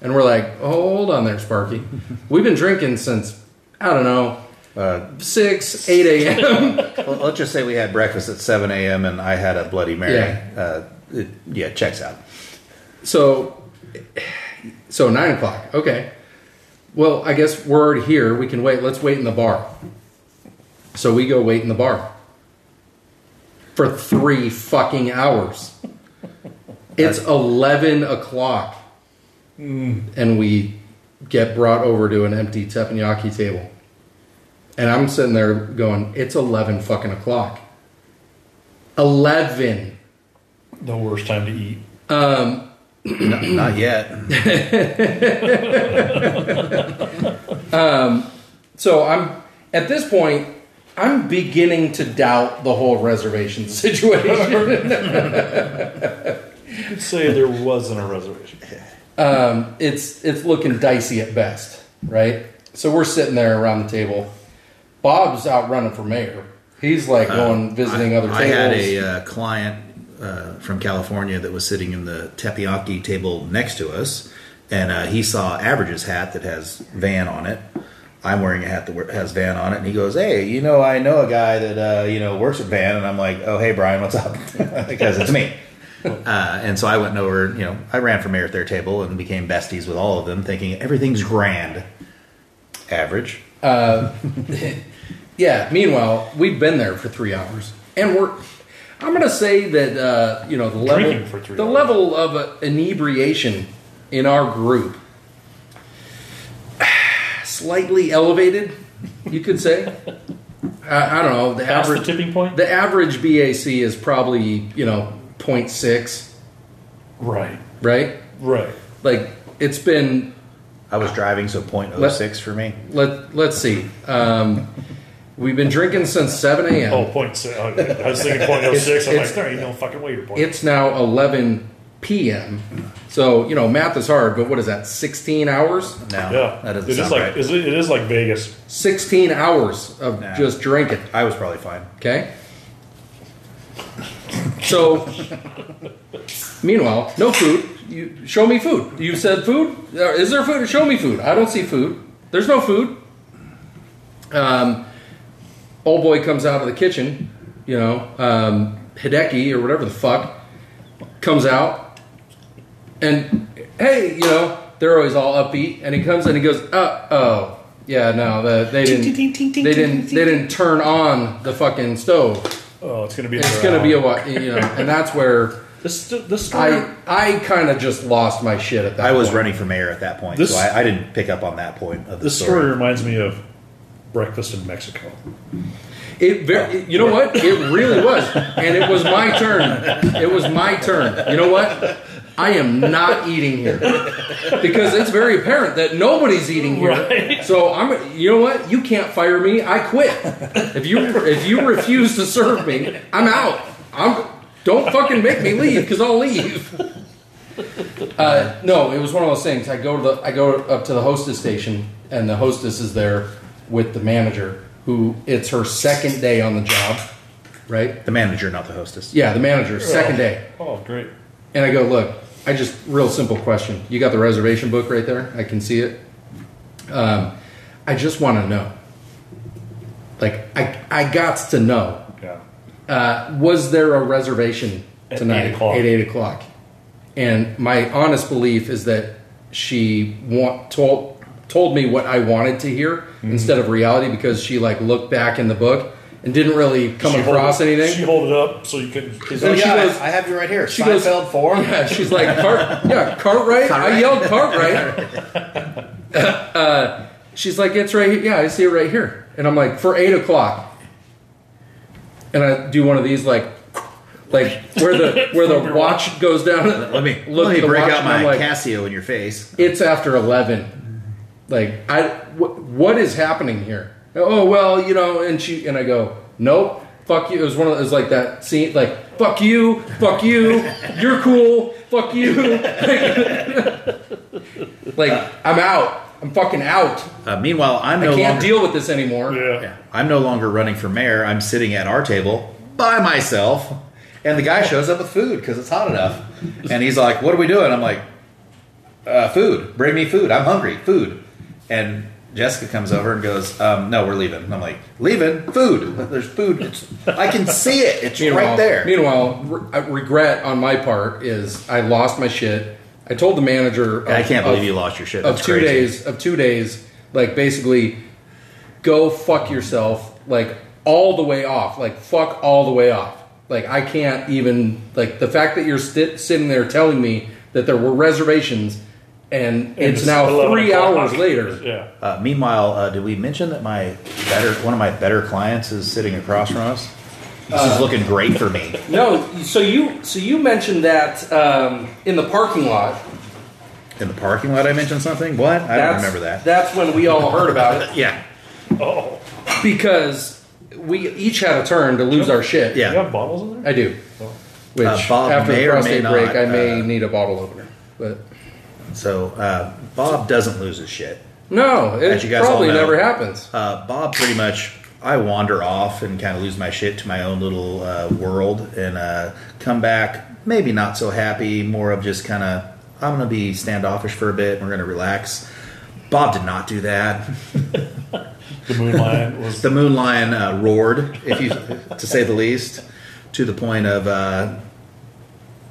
S1: And we're like, hold on there, Sparky. We've been drinking since I don't know,
S3: Uh,
S1: six, eight AM.
S3: Well, let's just say we had breakfast at 7 a.m. and I had a Bloody Mary.
S1: Yeah.
S3: Uh, it, yeah, checks out.
S1: So, so nine o'clock. Okay. Well, I guess we're already here. We can wait. Let's wait in the bar. So we go wait in the bar for three fucking hours. It's eleven o'clock, and we get brought over to an empty teppanyaki table. And I'm sitting there going, "It's eleven fucking o'clock." Eleven.
S2: The worst time to eat.
S3: No, not yet.
S1: So I'm at this point, I'm beginning to doubt the whole reservation situation.
S2: You could say there wasn't a reservation.
S1: um, it's it's looking dicey at best, right? So we're sitting there around the table. Bob's out running for mayor. He's like going visiting other tables.
S3: Uh, I had a uh, client uh, from California that was sitting in the teppanyaki table next to us, and uh, he saw Average's hat that has Van on it. I'm wearing a hat that wear- has Van on it, and he goes, "Hey, you know, I know a guy that uh, you know works at Van," and I'm like, "Oh, hey, Brian, what's up?" because it's me. Uh, and so I went over, you know, I ran for mayor at their table and became besties with all of them, thinking everything's grand. Average.
S1: Yeah. Meanwhile, we've been there for three hours, and we're. I'm gonna say that uh, you know the level,
S2: Drinking for three
S1: the
S2: hours.
S1: level of uh, inebriation in our group, slightly elevated, you could say. I, I don't know the
S2: Past the
S1: average.
S2: tipping point?
S1: The average BAC is probably you know 0.6,
S2: right.
S1: right?
S2: Right.
S1: Like it's been
S3: I
S2: Uh,
S3: was driving, so .06 for me.
S1: let let's see, um, we've been drinking since 7 a.m.
S2: Oh, point six. oh, I was thinking point oh six. I'm
S1: It's-
S2: like, there ain't no fucking way you're point.
S1: It's now 11 p.m. So, you know, math is hard, but what is that? 16 hours?
S3: No,
S2: yeah,
S3: that doesn't
S2: it is
S3: sound
S2: like
S3: right.
S2: is it, it is like Vegas.
S1: 16 hours of
S3: Nah.
S1: just drinking,
S3: I was probably fine.
S1: okay? So, meanwhile, no food. You show me food. You said food? Uh, Is there food? Show me food. I don't see food. There's no food. Um, old boy comes out of the kitchen, you know, um, Hideki or whatever the fuck comes out and hey, you know, they're always all upbeat and he comes and he goes, uh oh. Yeah, no, the, they didn't they didn't they didn't turn on the fucking stove.
S2: Oh, it's gonna be.
S1: It's
S2: another
S1: gonna be a
S2: hour.
S1: while you know, and that's where
S2: This this story.
S1: I I kinda just lost my shit at that
S3: I was
S1: point.
S3: running for mayor at that point,
S2: This-
S3: so I, I didn't pick up on that point of the
S2: this
S3: story.
S2: story reminds me of breakfast in Mexico.
S1: It very, you know what? It really was, and it was my turn. It was my turn. You know what? I am not eating here because it's very apparent that nobody's eating here.
S2: Right.
S1: So I'm. You know what? You can't fire me. I quit. If you if you refuse to serve me, I'm out. I'm. Don't fucking make me leave because I'll leave. Uh, no, it was one of those things. I go to the I go up to the hostess station, and the hostess is there with the manager, who it's her second day on the job, right?
S3: The manager, not the hostess.
S1: Yeah, the manager, second day.
S2: Oh, great.
S1: And I go, look, I just real simple question. You got the reservation book right there. I can see it. Um, I just want to know. Like, I I got to know.
S2: Yeah.
S1: Uh, was there a reservation
S2: At
S1: tonight
S2: eight o'clock.
S1: at eight o'clock? And my honest belief is that she want, told told me what I wanted to hear
S2: Mm-hmm.
S1: instead of reality because she like looked back in the book and didn't really come
S2: She
S1: across
S2: hold-
S1: anything.
S2: She hold it up so you couldn't.
S4: Oh,
S1: And she
S4: yeah, I-
S1: goes-
S4: I have you right here.
S1: she goes-
S4: Seinfeld four.
S1: Yeah, she's like, Cart, yeah, Cartwright. I yelled Cartwright. uh, she's like, it's right. Here. Yeah, I see it right here. And I'm like, for eight o'clock. And I do one of these like, like where the where the watch goes down.
S3: Let me
S1: Look
S3: let
S1: at
S3: me
S1: the
S3: break
S1: watch
S3: out
S1: and I'm
S3: my
S1: like-
S3: Casio in your face.
S1: It's after eleven. Like I, wh- what is happening here? Oh well, you know. And she and I go, nope. Fuck you. It was one of it was like that scene, like fuck you, fuck you, you're cool, fuck you. like I'm out. I'm fucking out.
S3: Uh, meanwhile, I'm no
S1: I can't
S3: longer.
S1: deal with this anymore.
S2: Yeah.
S3: Yeah. I'm no longer running for mayor. I'm sitting at our table by myself, and the guy shows up with food because it's hot enough, and he's like, "What are we doing?" I'm like, uh, "Food. Bring me food. I'm hungry. Food." And Jessica comes over and goes, um, "No, we're leaving." And I'm like, "Leaving? Food? There's food. It's, I can see it. It's right there."
S1: Meanwhile, re- uh, regret on my part is I lost my shit. I told the manager. Of,
S3: I can't believe
S1: of-
S3: you lost your shit.
S1: of
S3: That's
S1: two
S3: crazy.
S1: days of two days like basically go fuck yourself like all the way off like fuck all the way off like i can't even like the fact that you're sti sitting there telling me that there were reservations and, it's, now
S2: 11
S1: three
S2: o'clock.
S1: hours later
S2: Yeah.
S3: Uh, meanwhile, uh, did we mention that my better one of my better clients is sitting across from us? This
S1: Uh,
S3: is looking great for me.
S1: no so you so you mentioned that um, in the parking lot
S3: In the parking lot, I mentioned something. What? I don't remember that.
S1: that's when we all heard about it
S3: Yeah,
S2: Oh.
S1: because we each had a turn to lose our shit
S3: yeah.
S2: You have bottles in there?
S1: I do. Which
S3: Uh, Bob
S1: after
S3: may
S1: the
S3: or
S1: prostate
S3: may
S1: break,
S3: not,
S1: I may
S3: uh,
S1: need a bottle opener. But
S3: So uh, Bob doesn't lose his shit.
S1: no, it
S3: As you guys all
S1: probably
S3: know.
S1: never happens.
S3: Uh, Bob pretty much, I wander off and kind of lose my shit to my own little uh, world and uh, come back maybe not so happy, more of just kind of, I'm going to be standoffish for a bit. We're going to relax. Bob did not do that.
S2: The moon lion was.
S3: The moon lion uh, roared, if you to say the least, to the point of uh,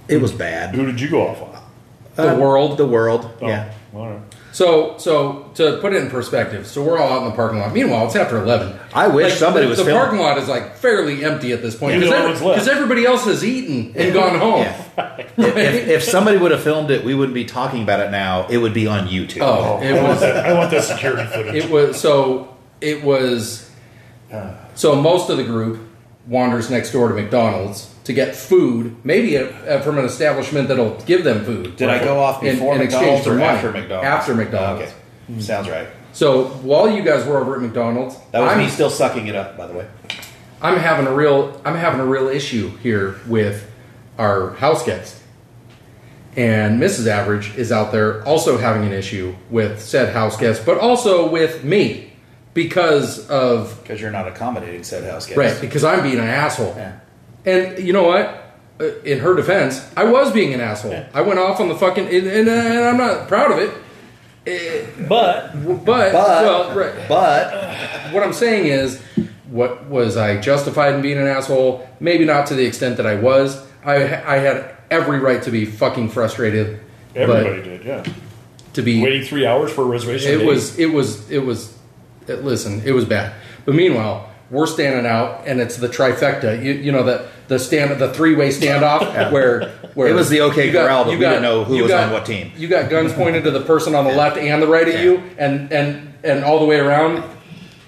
S3: it was bad. Uh,
S2: Who did you go off on?
S1: The world.
S3: The world,
S2: Oh,
S3: yeah.
S2: All right.
S1: So, so to put it in perspective, so we're all out in the parking lot. Meanwhile, it's after eleven.
S3: I wish
S1: Like,
S3: somebody
S1: the,
S3: was
S1: the
S3: filming.
S1: parking lot is like fairly empty at this point
S2: You're the only
S1: because
S2: ones left.
S1: everybody else has eaten and gone home.
S3: Yeah. if, if, if somebody would have filmed it, we wouldn't be talking about it now. It would be on YouTube.
S1: Oh, it
S2: I want
S1: was
S2: that, I want that security footage.
S1: it was so it was so most of the group wanders next door to McDonald's to get food, maybe a, a, from an establishment that'll give them food.
S4: Did I go off before McDonald's or after McDonald's? Oh,
S1: After McDonald's. Mm.
S4: Okay, sounds right.
S1: So while you guys were over at McDonald's,
S4: That was
S1: I'm,
S4: me still sucking it up, by the way.
S1: I'm having a real I'm having a real issue here with our house guest. And Mrs. Average is out there also having an issue with said house guest, but also with me because of
S4: Because you're not accommodating said house guest.
S1: Right, because I'm being an asshole.
S4: Yeah.
S1: And you know what? Uh, In her defense, I was being an asshole. I went off on the fucking, and, and, and I'm not proud of it.
S2: But
S1: But,
S4: But,
S1: well, right.
S4: but
S1: What I'm saying is, what was I justified in being an asshole? Maybe not to the extent that I was. I ha- I had every right to be fucking frustrated.
S2: everybody did, yeah.
S1: But to be
S2: Waiting three hours for a reservation.
S1: It
S2: date.
S1: was, it was, it was, it, listen, it was bad. But meanwhile, we're standing out and it's the trifecta. You, you know, the, the stand, the three way standoff where, where
S3: It was the OK
S1: you got-
S3: Corral, but
S1: you
S3: we didn't know who
S1: you
S3: was
S1: got-
S3: on what team.
S1: You got guns pointed to the person on the left and the right of
S3: Yeah.
S1: you and, and, and all the way around.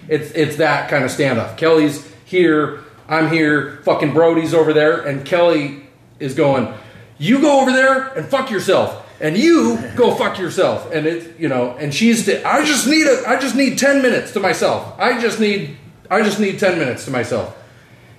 S1: It's it's that kind of standoff. Kelly's here, I'm here, fucking Brody's over there, and Kelly is going, you go over there and fuck yourself. And you go fuck yourself, and it, you know, and she's. the- I just need a. I just need ten minutes to myself. I just need. I just need ten minutes to myself.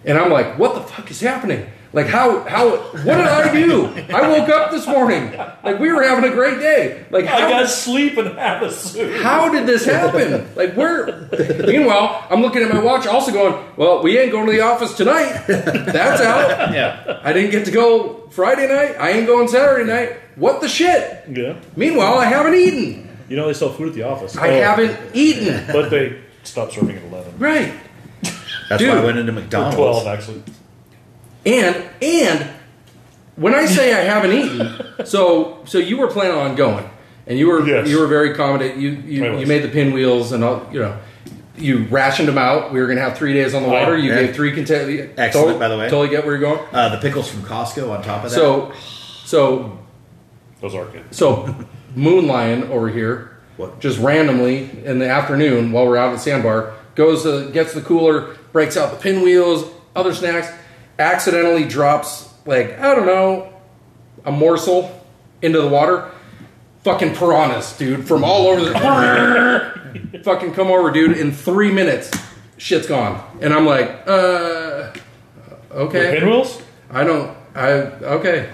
S1: And I'm like, what the fuck is happening? Like, how, how, what did I do? I woke up this morning. Like, we were having a great day. Like,
S2: I
S1: how,
S2: got sleep and have a suit.
S1: how did this happen? Like, where? Meanwhile, I'm looking at my watch, also going, well, we ain't going to the office tonight. That's out.
S4: Yeah.
S1: I didn't get to go Friday night. I ain't going Saturday night. What the shit?
S2: Yeah.
S1: Meanwhile, I haven't eaten.
S2: You know they sell food at the office.
S1: I
S2: Oh,
S1: haven't eaten.
S2: But they stopped serving at eleven.
S1: Right.
S3: That's why I
S1: Dude.
S3: went into
S2: Or
S3: McDonald's.
S2: twelve actually.
S1: And and when I say I haven't eaten, so so you were planning on going, and you were
S2: Yes.
S1: you were very accommodating. You you,
S2: I was.
S1: you made the pinwheels and all you know. You rationed them out. We were going to have three days on the
S2: I-
S1: water. You
S3: yeah.
S1: gave three. Content-
S3: Excellent, by the way.
S1: Totally get where you're going.
S3: Uh, the pickles from Costco on top of that.
S1: So so
S2: Those are good.
S1: so Moon Lion over here,
S3: What?
S1: just randomly in the afternoon while we're out at Sandbar, goes to, gets the cooler, breaks out the pinwheels, other snacks, accidentally drops like I don't know a morsel into the water. Fucking piranhas, dude, from all over the fucking come over, dude. In three minutes, shit's gone, and I'm like, uh, okay.
S2: Pinwheels?
S1: I don't. I okay.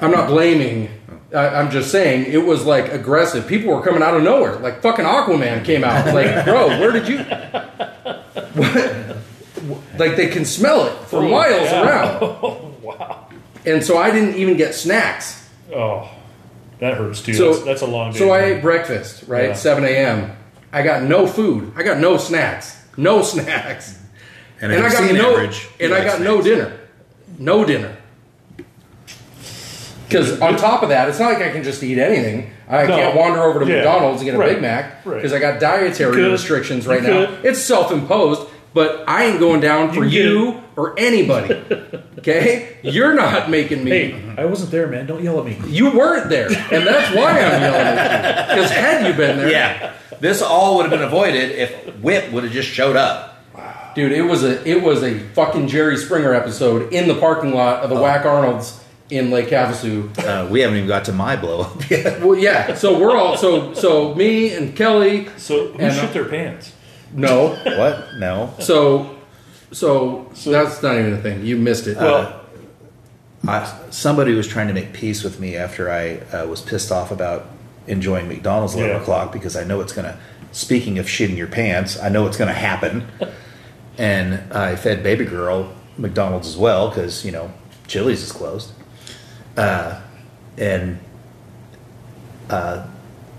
S1: I'm not blaming. I, I'm just saying it was like aggressive. People were coming out of nowhere. Like fucking Aquaman came out. Like, bro, where did you? like they can smell it for
S2: Ooh,
S1: miles
S2: yeah.
S1: around.
S2: Wow.
S1: And so I didn't even get snacks.
S2: Oh, that hurts too.
S1: So
S2: that's, that's a long day.
S1: So I ate breakfast, right?
S2: Yeah.
S1: 7 a.m. I got no food. I got no snacks. No snacks.
S3: and,
S1: and I
S3: I've
S1: got
S3: seen
S1: no
S3: average,
S1: and I
S3: like
S1: got no dinner, no dinner. Because on top of that, it's not like I can just eat anything. I
S2: No.
S1: can't wander over to
S2: Yeah.
S1: McDonald's and get a
S2: Right.
S1: Big Mac
S2: Right.
S1: because I got dietary
S2: You could.
S1: restrictions
S2: You
S1: right now.
S2: could.
S1: It's self-imposed, but I ain't going down for
S2: You get
S1: you, or anybody. Okay, you're not making me.
S2: Hey, I wasn't there, man. Don't yell at me.
S1: You weren't there, and that's why I'm yelling at you. Because had you been there,
S3: Yeah, this all would have been avoided if Whip would have just showed up.
S1: Dude, it was a it was a fucking Jerry Springer episode in the parking lot
S3: Oh.
S1: of the Whack Arnold's in Lake Havasu.
S3: Uh, we haven't even got to my blow up yet.
S1: Well, yeah. So we're all so so me and Kelly.
S2: So who
S1: And, uh,
S2: shit their pants?
S1: No.
S3: What? No,
S1: So so that's not even a thing. You missed it.
S2: Well,
S3: I, somebody was trying to make peace with me after I uh, was pissed off about enjoying McDonald's at eleven
S2: Yeah.
S3: o'clock because I know it's gonna. Speaking of shitting your pants, I know it's gonna happen. and I fed baby girl McDonald's as well because you know Chili's is closed. Uh, and uh,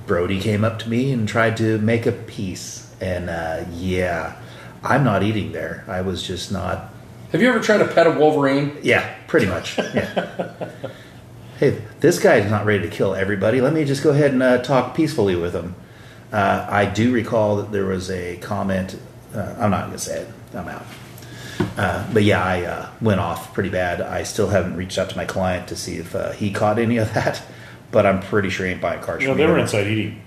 S3: Brody came up to me and tried to make a peace, and uh, yeah, I'm not eating there. I was just not
S1: Have you ever tried to pet a Wolverine?
S3: yeah, pretty much. Yeah. hey, this guy is not ready to kill everybody. Let me just go ahead and uh, talk peacefully with him. Uh, I do recall that there was a comment. Uh, I'm not going to say it. I'm out. Uh, but yeah, I uh, went off pretty bad. I still haven't reached out to my client to see if uh, he caught any of that. But I'm pretty sure he ain't buying cars
S2: you know
S3: from
S2: they
S3: me.
S2: were inside eating.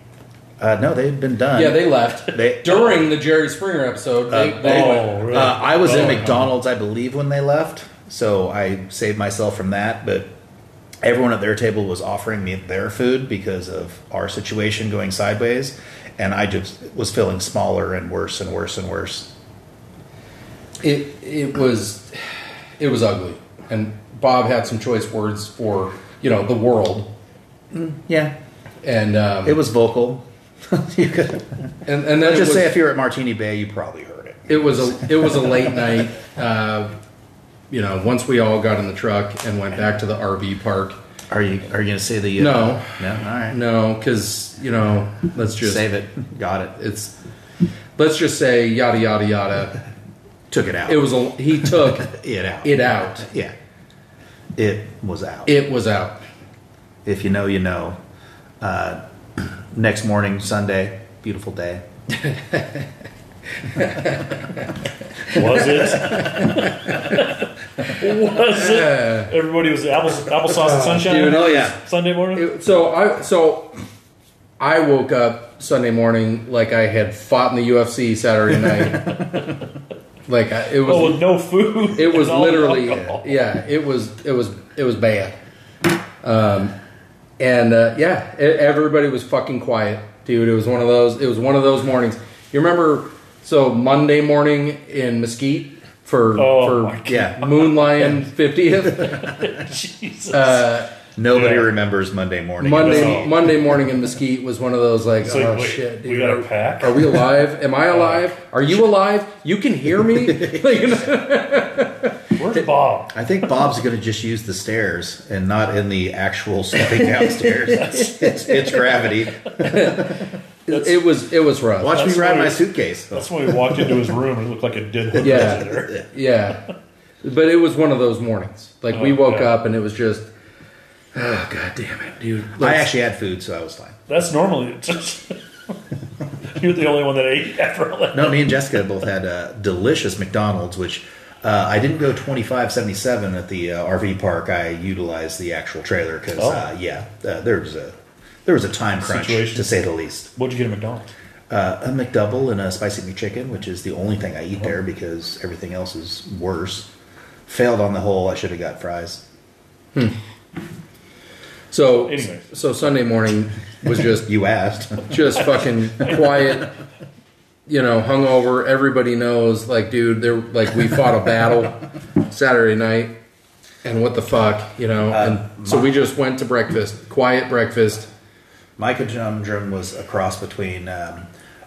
S3: Uh, no, they've been done.
S1: Yeah, they left
S3: They-
S1: during the Jerry Springer episode. They, they went-
S2: really?
S3: Uh, I was
S2: Oh,
S3: in McDonald's, I believe, when they left, so I saved myself from that. But everyone at their table was offering me their food because of our situation going sideways, and I just was feeling smaller and worse and worse and worse. oh.
S1: it it was it was ugly, and Bob had some choice words for you know the world,
S3: Yeah,
S1: and um,
S3: it was vocal. you could
S1: and, and then
S3: let's
S1: it
S3: just
S1: was,
S3: say if you were at Martini Bay, you probably heard it.
S1: it was a it was a late night. Uh, you know, once we all got in the truck and went back to the RV park.
S3: Are you Are you going to say the uh,
S1: No.
S3: No, all right.
S1: No, because you know, let's just
S3: Save it. Got it.
S1: it's let's just say yada yada yada.
S3: Took it out.
S1: It was a he took
S3: it out.
S1: it out.
S3: Yeah. It was out.
S1: It was out.
S3: If you know, you know. Uh, next morning, Sunday, beautiful day.
S2: Was it? was it?
S1: Uh,
S2: Everybody was apples, applesauce and sunshine
S1: Dude,
S3: oh, yeah.
S2: Sunday morning.
S1: it- so I so I woke up Sunday morning like I had fought in the UFC Saturday night. like I, it was
S2: Oh, with no food.
S1: it was
S2: and all
S1: literally
S2: alcohol.
S1: yeah it was it was it was bad um and uh yeah e everybody was fucking quiet dude it was one of those it was one of those mornings you remember so monday morning in mesquite for
S2: Oh, my
S1: for
S2: God.
S3: Yeah.
S1: moon lion 50th
S2: Jesus.
S1: Uh,
S3: Nobody
S2: Yeah.
S3: remembers Monday morning.
S1: monday
S2: all.
S1: monday morning in mesquite was one of those like
S2: like,
S1: oh
S2: wait,
S1: shit
S2: we
S1: dude
S2: got a
S1: are-
S2: pack? Uh,
S1: are we alive am i alive are you alive you can hear me Like, you know?
S2: Where's Bob?
S3: I think Bob's going to just use the stairs and not in the actual stepping downstairs. it's, it's, it's gravity.
S1: it was it was rough
S3: Watch me
S2: That's
S3: ride
S2: what
S3: my
S2: it-
S3: suitcase.
S2: That's when we walked into his room and it looked like a dead hooker
S1: Yeah.
S2: was in there.
S1: yeah but it was one of those mornings like we
S2: Oh,
S1: woke
S2: yeah.
S1: up and it was just oh god damn it dude
S3: I
S1: Let's-
S3: actually had food, so I was fine.
S2: That's normally it's just, you're the only one that ate after all that.
S3: No, me and Jessica both had uh, delicious McDonald's, which uh, I didn't go twenty five seventy seven at the uh, RV park. I utilized the actual trailer because,
S2: Oh.
S3: uh, yeah, uh, there was a there was a time crunch
S2: Situation.
S3: to say the least.
S2: What'd you get at McDonald's?
S3: Uh, a McDouble and a spicy McChicken, which is the only thing I
S1: Uh-huh.
S3: eat there because everything else is worse. Failed on the whole. I should have got fries.
S1: so
S2: Anyway.
S1: so sunday morning was just
S3: You asked.
S1: just fucking quiet you know hungover everybody knows like dude they're like we fought a battle saturday night and what the fuck you know and so we just went to breakfast quiet breakfast
S3: My conundrum was a cross between, um,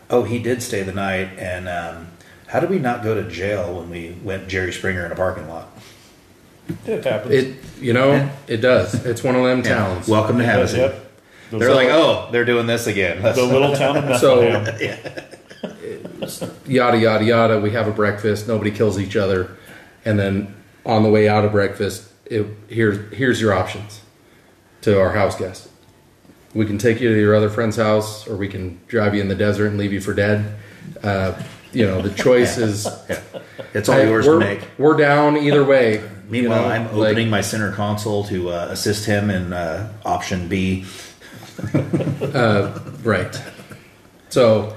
S3: oh, he did stay the night, and um, how did we not go to jail when we went Jerry Springer in a parking lot?
S2: It happens.
S1: it you know it does it's one of them towns
S3: Welcome to
S2: That's
S3: Havasu.
S2: it. The
S3: They're
S2: little-
S3: like, oh, they're doing this again. That's
S2: the little town of
S1: So-
S2: Bethlehem.
S1: yada yada yada. We have a breakfast. Nobody kills each other, and then on the way out of breakfast, it, here's here's your options to our house guest. We can take you to your other friend's house, or we can drive you in the desert and leave you for dead. Uh, you know, the choice is
S3: it's all
S1: Hey,
S3: yours
S1: we're,
S3: to make.
S1: We're down either way. you
S3: Meanwhile,
S1: know,
S3: I'm
S1: like-
S3: opening my center console to uh, assist him in uh, option B.
S1: Right. So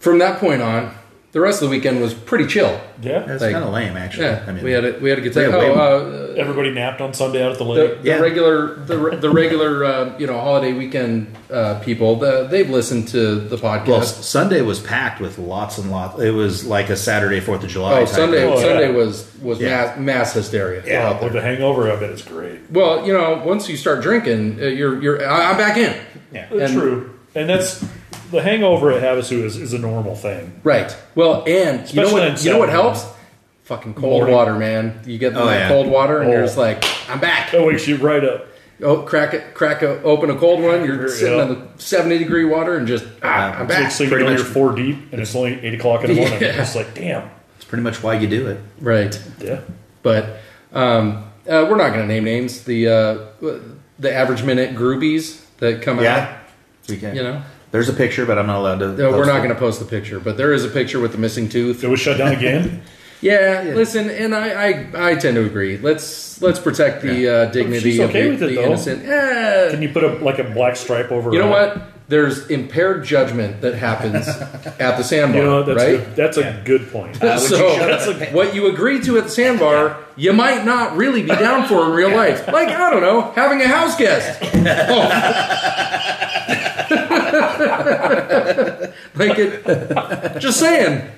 S1: from that point on, the rest of the weekend was pretty chill.
S2: yeah.
S3: That's
S1: Like-
S3: kind of lame, actually.
S1: Yeah, we had a, we had a good time.
S3: we had way-
S1: Oh, uh,
S2: Everybody napped on Sunday out at the
S1: the,
S2: lake.
S1: the
S3: Yeah.
S1: regular the, re- the regular uh, you know holiday weekend uh, people the, they've listened to the podcast.
S3: well, S- Sunday was packed with lots and lots. It was like a Saturday Fourth of July.
S1: oh,
S3: type
S1: Sunday
S2: Oh, yeah.
S1: Sunday was was
S3: Yeah.
S1: mass, mass hysteria.
S3: Yeah.
S1: out
S2: With
S1: there.
S2: Oh, the hangover, I bet it's great.
S1: Well, you know, once you start drinking, uh, you're you're I, I'm back in.
S3: Yeah.
S2: Uh,
S1: And-
S2: True. And that's the hangover at Havasu is, is a normal thing.
S1: Right. Well, and you know
S2: Especially on
S1: what you know what
S2: Saturday.
S1: helps? Fucking cold
S2: Morning.
S1: water, man. You get
S3: Oh,
S1: the
S3: yeah.
S1: cold water, and
S2: Oh.
S1: you're just like, I'm back.
S2: That wakes you right up.
S1: Oh, crack it, crack a, open a cold one. You're
S2: Yeah.
S1: sitting in the 70 degree water, and just ah, I'm
S3: It's
S1: back.
S2: Next thing you
S3: pretty
S2: know,
S3: much-
S2: you're four deep, and it's only eight o'clock in the morning.
S1: Yeah.
S2: It's like, damn.
S3: It's pretty much why you do it.
S1: Right.
S2: Yeah.
S1: But um, uh, we're not going to name names. The uh, the average minute groupies that come
S3: Yeah, we can.
S1: out, you know,
S3: There's a picture, but I'm not allowed to.
S1: No, we're
S3: post
S1: not
S3: it.
S1: going to post the picture. But there is a picture with the missing tooth.
S2: It was shut down again.
S1: Yeah, listen, and I, I I tend to agree. Let's let's protect the uh, dignity
S2: she's
S1: of
S2: okay
S1: the,
S2: with it,
S1: the
S2: though.
S1: innocent. Eh,
S2: Can you put up like a black stripe over?
S1: you know
S2: her?
S1: what? There's impaired judgment that happens at the sandbar,
S2: You know that's
S1: right?
S2: a, that's a good point.
S3: Uh, would you
S1: so
S3: shut
S1: that's
S3: up?
S1: a- what you agree to at the sandbar, you might not really be down for in real life. Like I don't know, having a house guest. Oh. like it. Just saying.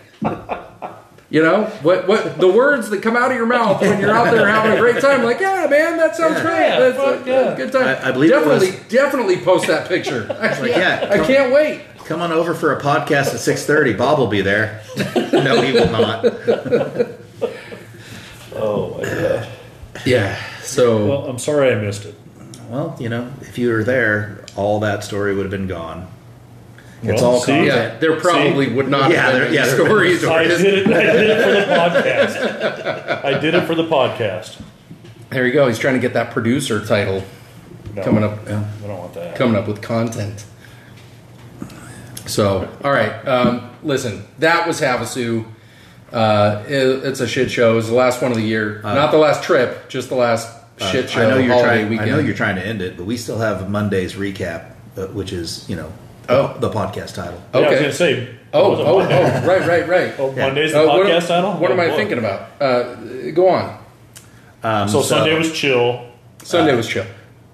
S1: You know what? What the words that come out of your mouth when you're out there having a great time? Like, yeah, man, that sounds great.
S2: Yeah,
S1: That's
S2: fuck
S1: a,
S2: yeah."
S1: good time.
S3: I- I believe it was-
S1: definitely, definitely post that picture. I,
S3: Like, yeah,
S1: I
S3: come-
S1: can't wait.
S3: Come on over for a podcast at six thirty. Bob will be there. no, he will not.
S2: Oh my god.
S1: Yeah. So
S2: Well, I'm sorry I missed it.
S3: Well, you know, if you were there, all that story would have been gone. It's
S2: Well,
S3: all
S2: see?
S3: content.
S1: Yeah, there probably would not
S3: Yeah,
S1: have been
S3: there-
S1: any
S3: yeah, there-
S1: stories. Or
S2: I
S1: just-
S2: did it. I did it for the podcast. I did it for the podcast.
S1: there you go. He's trying to get that producer title
S2: No,
S1: coming up,
S2: I don't want that.
S1: coming up with content. So, all right. Um, listen, that was Havasu. Uh, it, it's a shit show. It was the last one of the year, not the last trip, just the last
S3: Uh,
S1: shit show.
S3: I know you're
S1: holiday
S3: trying.
S1: Weekend.
S3: I know you're trying to end it, but we still have Monday's recap uh, which is you know
S4: Oh.
S3: the podcast title.
S2: Yeah, I was
S1: Okay.
S2: gonna say.
S1: Oh,
S2: was it
S1: oh,
S2: Monday?
S1: oh, right, right, right.
S2: Oh, Monday's the
S1: Uh, what,
S2: podcast title.
S1: What am
S2: Oh,
S1: I
S2: boy.
S1: thinking about? Uh, go on.
S3: Um,
S2: So Sunday was chill.
S1: Sunday
S3: Uh,
S1: was chill.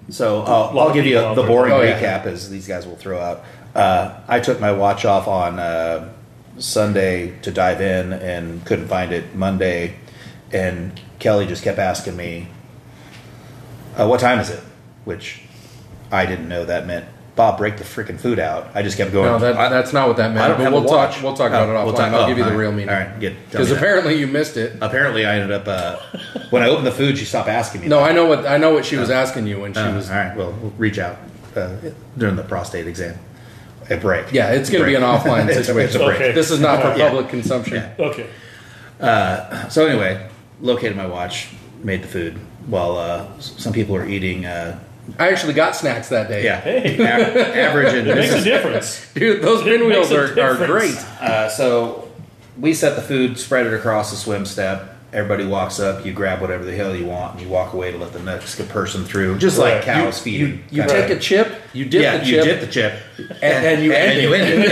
S3: So uh, I'll,
S2: Lot
S3: I'll
S2: of
S3: give you
S2: people out
S3: the
S2: there.
S3: boring
S1: Oh, yeah.
S3: recap as these guys will throw out. Uh, I took my watch off on uh, Sunday to dive in and couldn't find it Monday, and Kelly just kept asking me, uh, "What time is it?" Which I didn't know that meant. Bob, break the freaking food out. I just kept going.
S1: No, that,
S3: I,
S1: that's not what that meant.
S3: I don't
S1: but
S3: have
S1: we'll
S3: a watch.
S1: talk. We'll talk
S3: Oh,
S1: about it offline.
S3: we'll talk-
S1: I'll
S3: oh,
S1: give you the
S3: all right.
S1: real meaning.
S3: All right, good. Tell me
S1: Because
S3: that.
S1: apparently you missed it.
S3: apparently I ended up uh, when I opened the food, she stopped asking me.
S1: No, I know what I know what she was asking you when she
S3: Uh,
S1: was.
S3: all right. Well, we'll reach out uh, during the prostate exam. A break.
S1: Yeah, it's going to be an
S3: Break.
S1: offline
S3: It's a-
S1: situation.
S3: it's a break.
S2: Okay.
S1: This is not for
S3: Yeah.
S1: public consumption.
S3: Yeah.
S2: Okay.
S3: So anyway, located my watch, made the food while uh, s- some people are eating. Uh,
S1: I actually got snacks that day.
S3: yeah,
S2: Hey.
S3: a- average and
S2: It makes a difference.
S1: dude, those
S2: It
S1: pinwheels
S2: makes a
S1: are, are
S2: difference.
S1: great.
S3: Uh, so we set the food, spread it across the swim step. Everybody walks up. You grab whatever the hell you want, and you walk away to let the next person through, just
S2: Right.
S3: like cows feeding.
S1: You, you
S3: kinda.
S1: take a chip, you dip
S3: yeah,
S1: the
S3: you
S1: chip,
S3: dip the chip,
S1: and, and you end
S3: and you
S1: it.
S3: end it.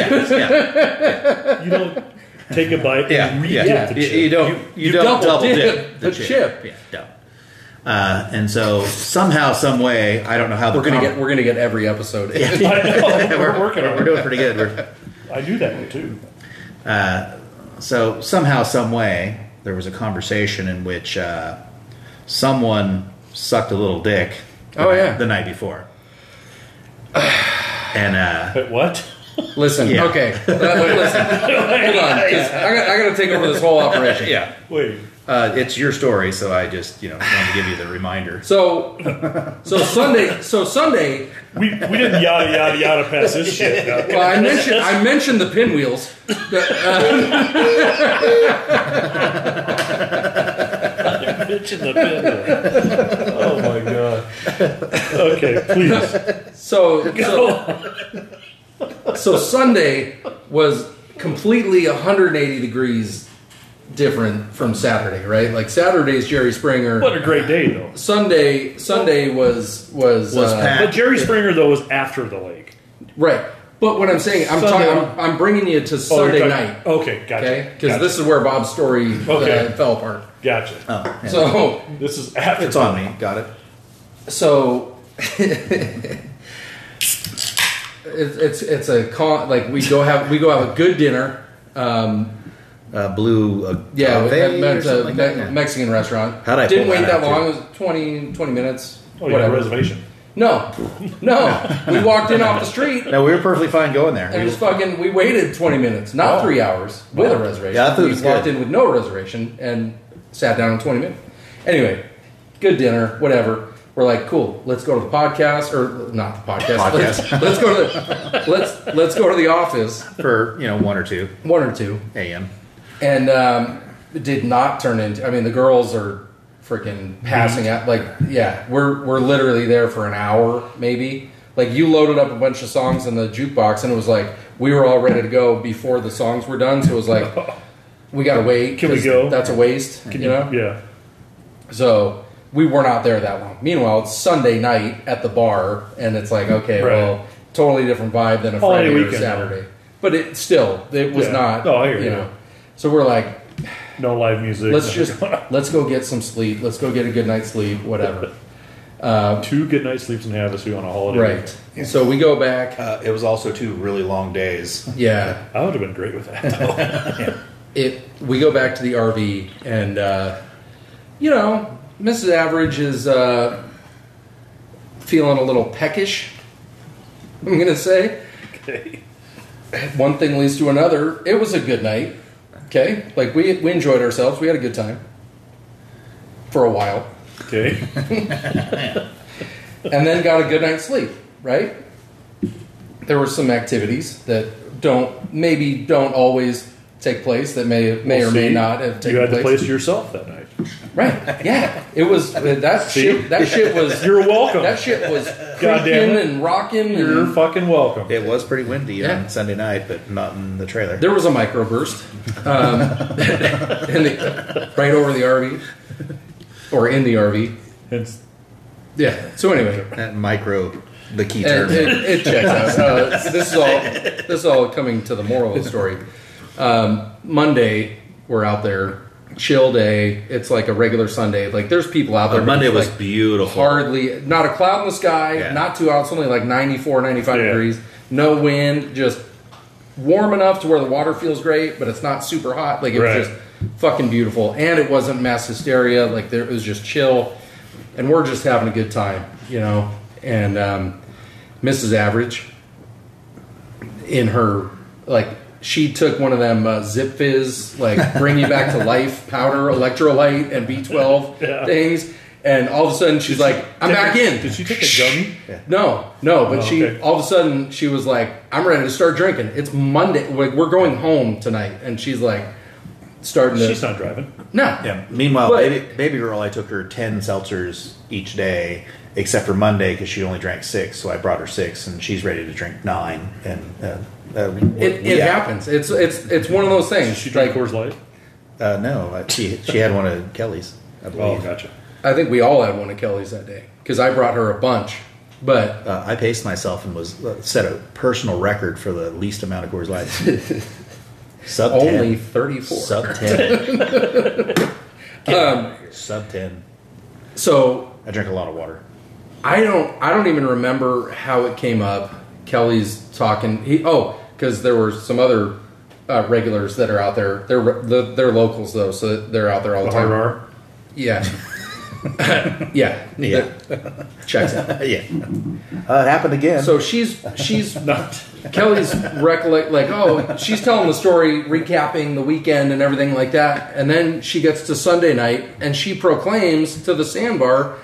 S3: Yeah, yeah.
S2: You don't take a bite.
S3: Yeah,
S2: and
S3: yeah,
S2: re-dip
S3: yeah.
S2: the
S3: You,
S2: chip.
S3: you don't. You,
S1: you
S3: don't
S1: double
S3: double,
S1: dip
S3: dip,
S1: the chip.
S3: Yeah, don't. Uh, and so somehow, some way, I don't know how the
S1: We're gonna
S3: com-
S1: get we're gonna get every episode. Yeah.
S2: I know.
S3: we're,
S2: We're working
S3: we're
S2: on it.
S3: doing pretty good. We're,
S2: I do that one too.
S3: so somehow, some way, there was a conversation in which uh, someone sucked a little dick. the
S1: Oh,
S3: night-
S1: yeah.
S3: the night before. and uh,
S2: But what?
S1: Listen,
S3: Yeah.
S1: okay, Uh, listen, hold on. 'cause I got I got to take over this whole operation.
S3: yeah,
S2: Wait.
S3: uh, it's your story, so I just you know wanted to give you the reminder.
S1: So, so Sunday, so Sunday,
S2: We, we didn't yada yada yada past this shit.
S1: well, I mentioned I mentioned the pinwheels. uh,
S2: Bitch in the bed. Oh my god. Okay, please.
S1: So, so, so Sunday was completely 180 degrees different from Saturday, right? Like Saturday's Jerry Springer.
S2: What a great day though.
S1: Sunday Sunday was was,
S3: Was
S1: uh,
S3: packed.
S2: But Jerry Springer though was after the lake.
S1: right. But what I'm saying, I'm
S2: Sunday-
S1: talking, I'm, I'm bringing you to
S2: Oh, you're
S1: Sunday
S2: talking-
S1: night,
S2: Okay, gotcha.
S1: okay? Because
S2: gotcha.
S1: this is where Bob's story
S2: Okay.
S1: uh, fell apart.
S2: gotcha.
S3: Oh, yeah.
S1: So
S2: this is after Oh,
S3: it's on me. Got it.
S1: so it's it's it's a con like we go have we go have a good dinner um
S3: Uh, blue. Uh,
S1: yeah
S3: uh,
S1: we
S3: vein
S1: had
S3: or
S1: met a
S3: something like that,
S1: Me-
S3: yeah.
S1: mexican restaurant
S3: How'd I
S1: didn't
S3: pull
S1: wait
S3: that
S1: that
S3: out,
S1: long
S3: too?
S1: it was 20 20 minutes
S2: Oh, you have a
S1: whatever
S2: reservation.
S1: no no we walked in off the street
S3: No, we were perfectly fine going there.
S1: and
S3: We-
S1: it was fucking we waited 20 minutes not three hours with a reservation
S3: Oh. Yeah, that food
S1: we
S3: was
S1: walked
S3: good.
S1: in with no reservation and sat down in 20 minutes anyway good dinner whatever we're like cool let's go to the podcast or not the podcast,
S3: Podcast.
S1: Let's, let's go to the let's let's go to the office
S3: for you know one or two
S1: one or two
S3: a.m.
S1: and um, it did not turn into i mean the girls are freaking passing out like yeah we're we're literally there for an hour maybe like you loaded up a bunch of songs in the jukebox and it was like we were all ready to go before the songs were done so it was like we gotta wait
S2: Can we
S1: 'cause
S2: go?
S1: that's a waste you know
S2: Yeah.
S1: so we were not there that long meanwhile it's sunday night at the bar and it's like okay
S2: Right.
S1: well totally different vibe than a
S2: Holiday
S1: friday or
S2: weekend,
S1: saturday but it still it was
S2: Yeah.
S1: not
S2: No, I hear you.
S1: know so we're like
S2: No live music.
S1: let's
S2: no-
S1: just let's go get some sleep. Let's go get a good night's sleep, whatever.
S2: two good night sleeps and have us who on a holiday.
S1: right. So we go back.
S3: Uh, it was also two really long days.
S1: Yeah.
S2: I would have been great with that.
S1: It. We go back to the RV, and uh, you know, Mrs. Average is uh, feeling a little peckish. I'm gonna say
S2: okay.
S1: one thing leads to another. It was a good night. Okay, like we we enjoyed ourselves. We had a good time for a while,
S2: Okay.
S1: and then got a good night's sleep. Right. there were some activities that don't maybe don't always take place that may may
S2: Well,
S1: or may
S2: see,
S1: not have taken
S2: You had the
S1: place.
S2: place to yourself that night.
S1: Right? Yeah, it was that shit. That shit was
S2: You're welcome.
S1: that shit was
S2: God damn
S1: creaking
S2: it.
S1: and rocking.
S2: You're
S1: And
S2: fucking welcome.
S3: It was pretty windy
S1: Yeah.
S3: on Sunday night, but not in the trailer.
S1: there was a microburst, um, in the, right over the RV or in the RV.
S2: Hence,
S1: Yeah. So anyway,
S3: That micro, the key term.
S1: and it, it checks out. Uh, this is all this is all coming to the moral of the story. Um, Monday, we're out there, chill day. It's like a regular Sunday. Like there's people out there.
S3: But Uh, Monday was
S1: like,
S3: beautiful.
S1: hardly not a cloud in the sky,
S3: Yeah.
S1: not too hot. It's only like 94, 95
S2: Yeah.
S1: degrees. No wind, just warm enough to where the water feels great, but it's not super hot. Like it
S2: Right.
S1: was just fucking beautiful, and it wasn't mass hysteria. Like there, it was just chill, and we're just having a good time, you know. And um, Mrs. Average, in her like she took one of them uh, zip fizz like bring you back to life powder electrolyte and b12
S2: Yeah.
S1: things and all of a sudden she's like i'm
S2: Did-
S1: back in
S2: Did she take a gummy?
S1: no no but
S2: Oh,
S1: she
S2: okay.
S1: all of a sudden she was like i'm ready to start drinking it's monday like we're going home tonight and she's like starting to
S2: She's not driving.
S1: no
S3: Yeah. Meanwhile,
S1: But-
S3: baby, baby girl, I took her ten seltzers each day, except for Monday because she only drank six. So I brought her six, and she's ready to drink nine. And uh, uh, we-
S1: it, it
S3: yeah.
S1: happens it's it's it's one of those things
S2: Did she drink
S1: like,
S2: Coors Light?
S3: Uh, no, I- she she had one of Kelly's. I
S2: Oh,
S3: believe.
S2: gotcha.
S1: i think we all had one of kelly's that day because i brought her a bunch but
S3: Uh, I paced myself and was uh, set a personal record for the least amount of Coors Lights. sub
S1: only
S3: 10.
S1: 34
S3: sub ten. Get
S1: Um,
S3: out of here. sub ten.
S1: so
S3: I drink a lot of water.
S1: I don't I don't even remember how it came up. Kelly's talking. He oh because there were some other uh, regulars that are out there. They're re- the- they're locals though, so they're out there all the
S2: The hard
S1: time.
S2: R.
S1: Yeah, yeah,
S3: Yeah.
S1: Checks out.
S3: yeah. Uh, it happened again.
S1: So she's she's
S2: Not.
S1: Kelly's recollect like oh she's telling the story, recapping the weekend and everything like that, and then she gets to Sunday night and she proclaims to the sandbar,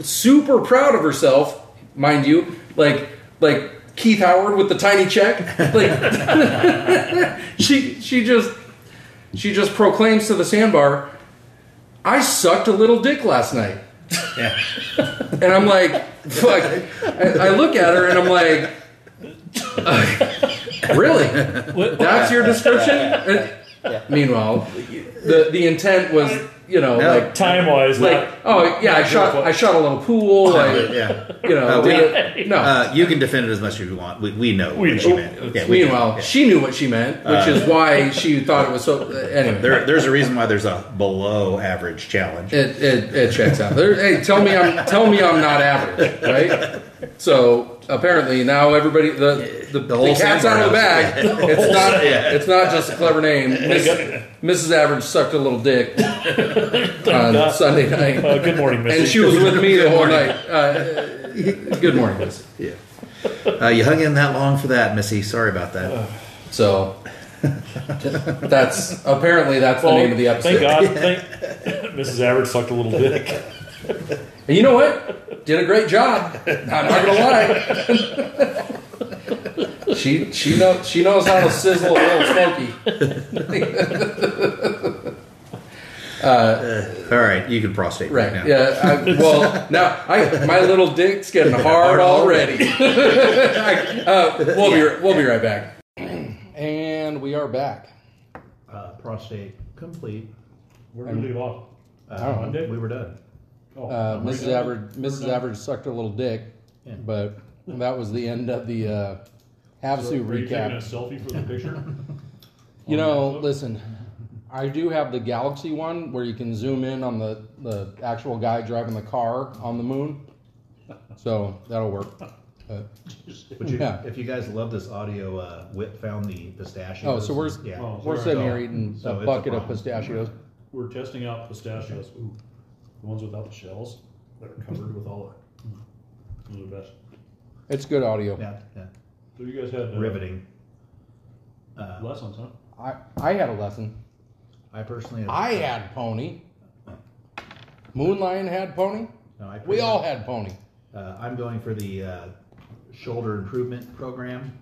S1: super proud of herself, mind you, like like Keith Howard with the tiny check, like she she just she just proclaims to the sandbar, I sucked a little dick last night. and I'm like, fuck. I, I look at her and I'm like, uh, really? That's your description? And- Meanwhile, the the intent was, you know,
S3: No.
S1: like
S2: Time wise,
S1: like oh yeah, I shot I shot a little pool, I,
S3: Oh, yeah.
S1: you know,
S3: Uh, we-
S1: did it- no.
S3: Uh, you can defend it as much as you want. We, we know
S2: We
S3: what
S2: know.
S3: you meant. Yeah, Uh, we do.
S1: Meanwhile, she knew what she meant, which is why she thought it was so. Anyway,
S3: There, there's a reason why there's a below average challenge.
S1: It, it, it checks out. There, hey, tell me I'm tell me I'm not average, right? So apparently now everybody the the, the,
S3: whole
S1: cat's
S3: sandbar
S1: out of the
S3: knows.
S1: bag. It's not it's not just a clever name. Miss,
S2: God.
S1: Mrs. Average sucked a little dick on Sunday night,
S2: Uh, good morning, Missy.
S1: and she was with me the whole night. Uh, good morning, Miss.
S3: Yeah. Uh, you hung in that long for that, Missy. Sorry about that.
S1: Uh, So that's apparently that's the
S2: Well,
S1: name of the episode.
S2: Thank God. Thank, Mrs. Average sucked a little dick.
S1: And you know what? Did a great job. I'm not gonna lie. she she knows she knows how to sizzle a little smoky.
S3: All right, you can prostate right,
S1: Right.
S3: now.
S1: Yeah. I, well, now I my little dick's getting hard
S3: Hard
S1: already. uh, we'll be we'll be right back. And we are back.
S3: Uh, prostate complete.
S2: Where did we leave off?
S1: Uh,
S2: Monday? we
S3: were done.
S2: Oh,
S1: uh,
S2: are we
S1: Mrs.
S2: done?
S1: Average Mrs. Average sucked her little dick, but that was the end of the uh, Havasu
S2: Were you taking a
S1: recap.
S2: selfie for the picture?
S1: You know, listen, I do have the Galaxy one where you can zoom in on the, the actual guy driving the car on the moon. So that'll work. But-
S3: Would you,
S1: Yeah.
S3: If you guys love this audio, uh, Whit found the
S1: oh,
S3: pistachios.
S1: so we're,
S3: yeah.
S2: Oh.
S1: we're sitting here eating
S3: So it's
S1: a
S3: a
S1: bucket of
S3: problem.
S1: pistachios.
S2: We're testing out pistachios. Ooh, the ones without the shells that are covered with all that. Mm. Those are the best.
S1: It's good audio.
S3: Yeah, yeah.
S2: So you guys had uh,
S3: Riveting. Uh,
S2: lessons, huh?
S1: I, I had a lesson.
S3: I personally. Have,
S1: I had pony. Moonlion had pony.
S3: no, I
S1: We all had pony.
S3: Uh, I'm going for the uh, shoulder improvement program,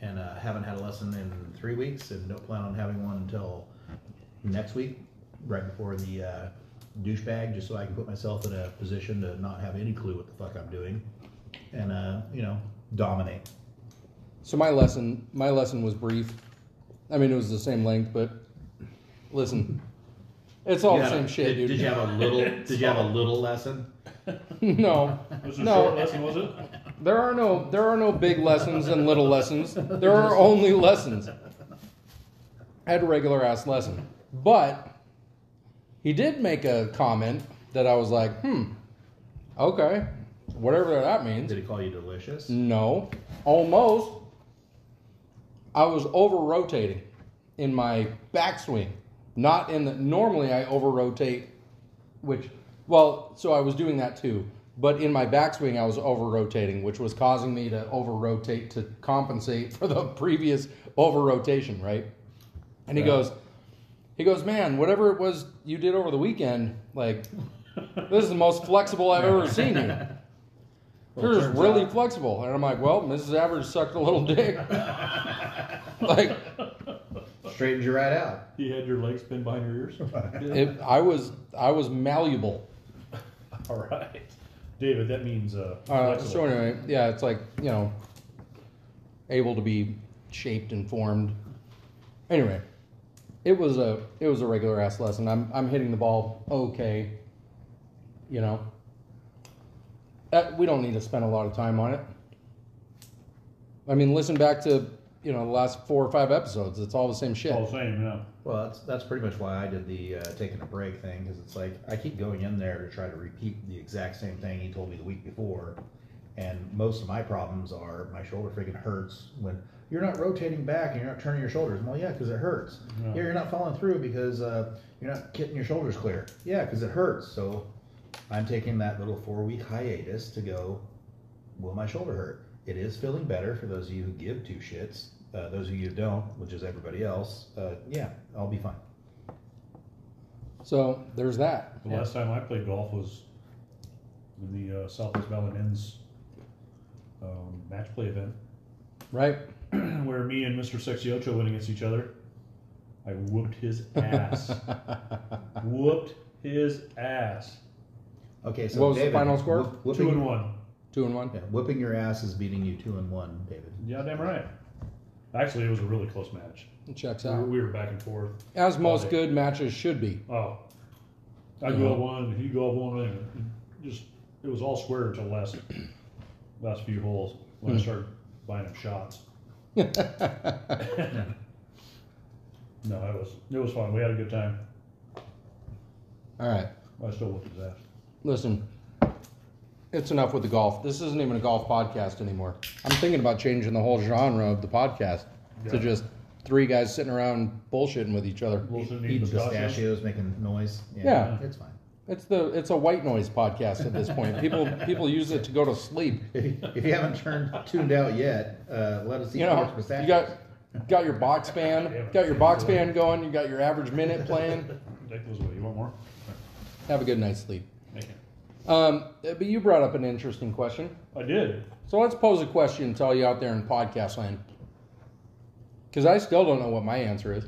S3: and uh, haven't had a lesson in three weeks, and don't plan on having one until next week, right before the uh, douchebag, just so I can put myself in a position to not have any clue what the fuck I'm doing, and uh, you know, dominate.
S1: So my lesson, my lesson was brief. I mean, it was the same length, but listen, It's all
S3: You
S1: the
S3: had a-
S1: same shit,
S3: Did,
S1: dude.
S3: did you have a little? Did you have a little lesson?
S1: No,
S2: Was it a
S1: No.
S2: short lesson, was it?
S1: there are no there are no big lessons and little lessons. There are only lessons. I had a regular ass lesson, but he did make a comment that I was like, hmm, okay, whatever that means.
S3: Did he call you delicious?
S1: Mm. No, almost. I was over rotating in my backswing. Not in the. Normally, I over rotate, which, well, so I was doing that too. But in my backswing, I was over rotating, which was causing me to over rotate to compensate for the previous over rotation, right? And he goes, he goes, man, whatever it was you did over the weekend, like, this is the most flexible I've ever seen you. You're just
S3: turns
S1: really
S3: out-
S1: flexible. And I'm like, well, Mrs. Average sucked a little dick. like,
S3: Straightened you right out.
S2: You had your legs pinned behind your ears. Yeah.
S1: it, I was I was malleable.
S2: All right, David. That means uh,
S1: Uh,
S2: flexible.
S1: so anyway, yeah, it's like you know, able to be shaped and formed. Anyway, it was a it was a regular ass lesson. I'm I'm hitting the ball okay. You know, Uh, we don't need to spend a lot of time on it. I mean, listen back to you know the last four or five episodes. It's all the same shit.
S2: all the same. Yeah.
S3: Well, that's that's pretty much why I did the uh, taking a break thing because it's like I keep going in there to try to repeat the exact same thing he told me the week before, and most of my problems are my shoulder freaking hurts when you're not rotating back and you're not turning your shoulders. Well, yeah, because it hurts.
S2: Yeah.
S3: Yeah, you're not falling through because uh, you're not getting your shoulders clear. Yeah, because it hurts. So I'm taking that little four week hiatus to go. Will my shoulder hurt? It is feeling better for those of you who give two shits. Uh, those of you who don't, which is everybody else, uh, yeah, I'll be fine.
S1: So there's that.
S2: The last time I played golf was in the uh, Southwest Valley Men's um, match play event,
S1: Right.
S2: where me and Mr. Sexy Ocho went against each other. I whooped his ass. whooped his ass.
S3: Okay, so
S1: What was the
S3: David,
S1: final score?
S3: whoop- Whooping,
S2: Two and one.
S1: Two and one.
S3: Yeah, whooping your ass is beating you two and one, David.
S2: Yeah, damn right. Actually, it was a really close match.
S1: It checks
S2: We were-
S1: out.
S2: We were back and forth.
S1: As most good matches should be.
S2: Oh, I go up one, you go up one, and it just it was all square until the last last few holes when I started buying him shots. no, it was it was fun. We had a good time.
S1: All right.
S2: I still whooped his ass.
S1: Listen, it's enough with the golf. This isn't even a golf podcast anymore. I'm thinking about changing the whole genre of the podcast to
S2: Yeah.
S1: just three guys sitting around bullshitting with each other.
S2: Wilson
S3: Eating
S2: needs pistachios.
S3: pistachios, making noise.
S1: Yeah.
S3: it's fine.
S1: It's the it's a white noise podcast at this point. People people use it to go to sleep.
S3: If you, if you haven't turned tuned out yet, uh, let us eat
S1: You
S3: more
S1: know,
S3: pistachios.
S1: you got got your box band, got your box band going, you got your average minute playing.
S2: Take those away. You want more?
S1: Have a good night's sleep.
S2: Thank you.
S1: Um, but you brought up an interesting question.
S2: I did.
S1: So let's pose a question to all you out there in podcast land. Because I still don't know what my answer is.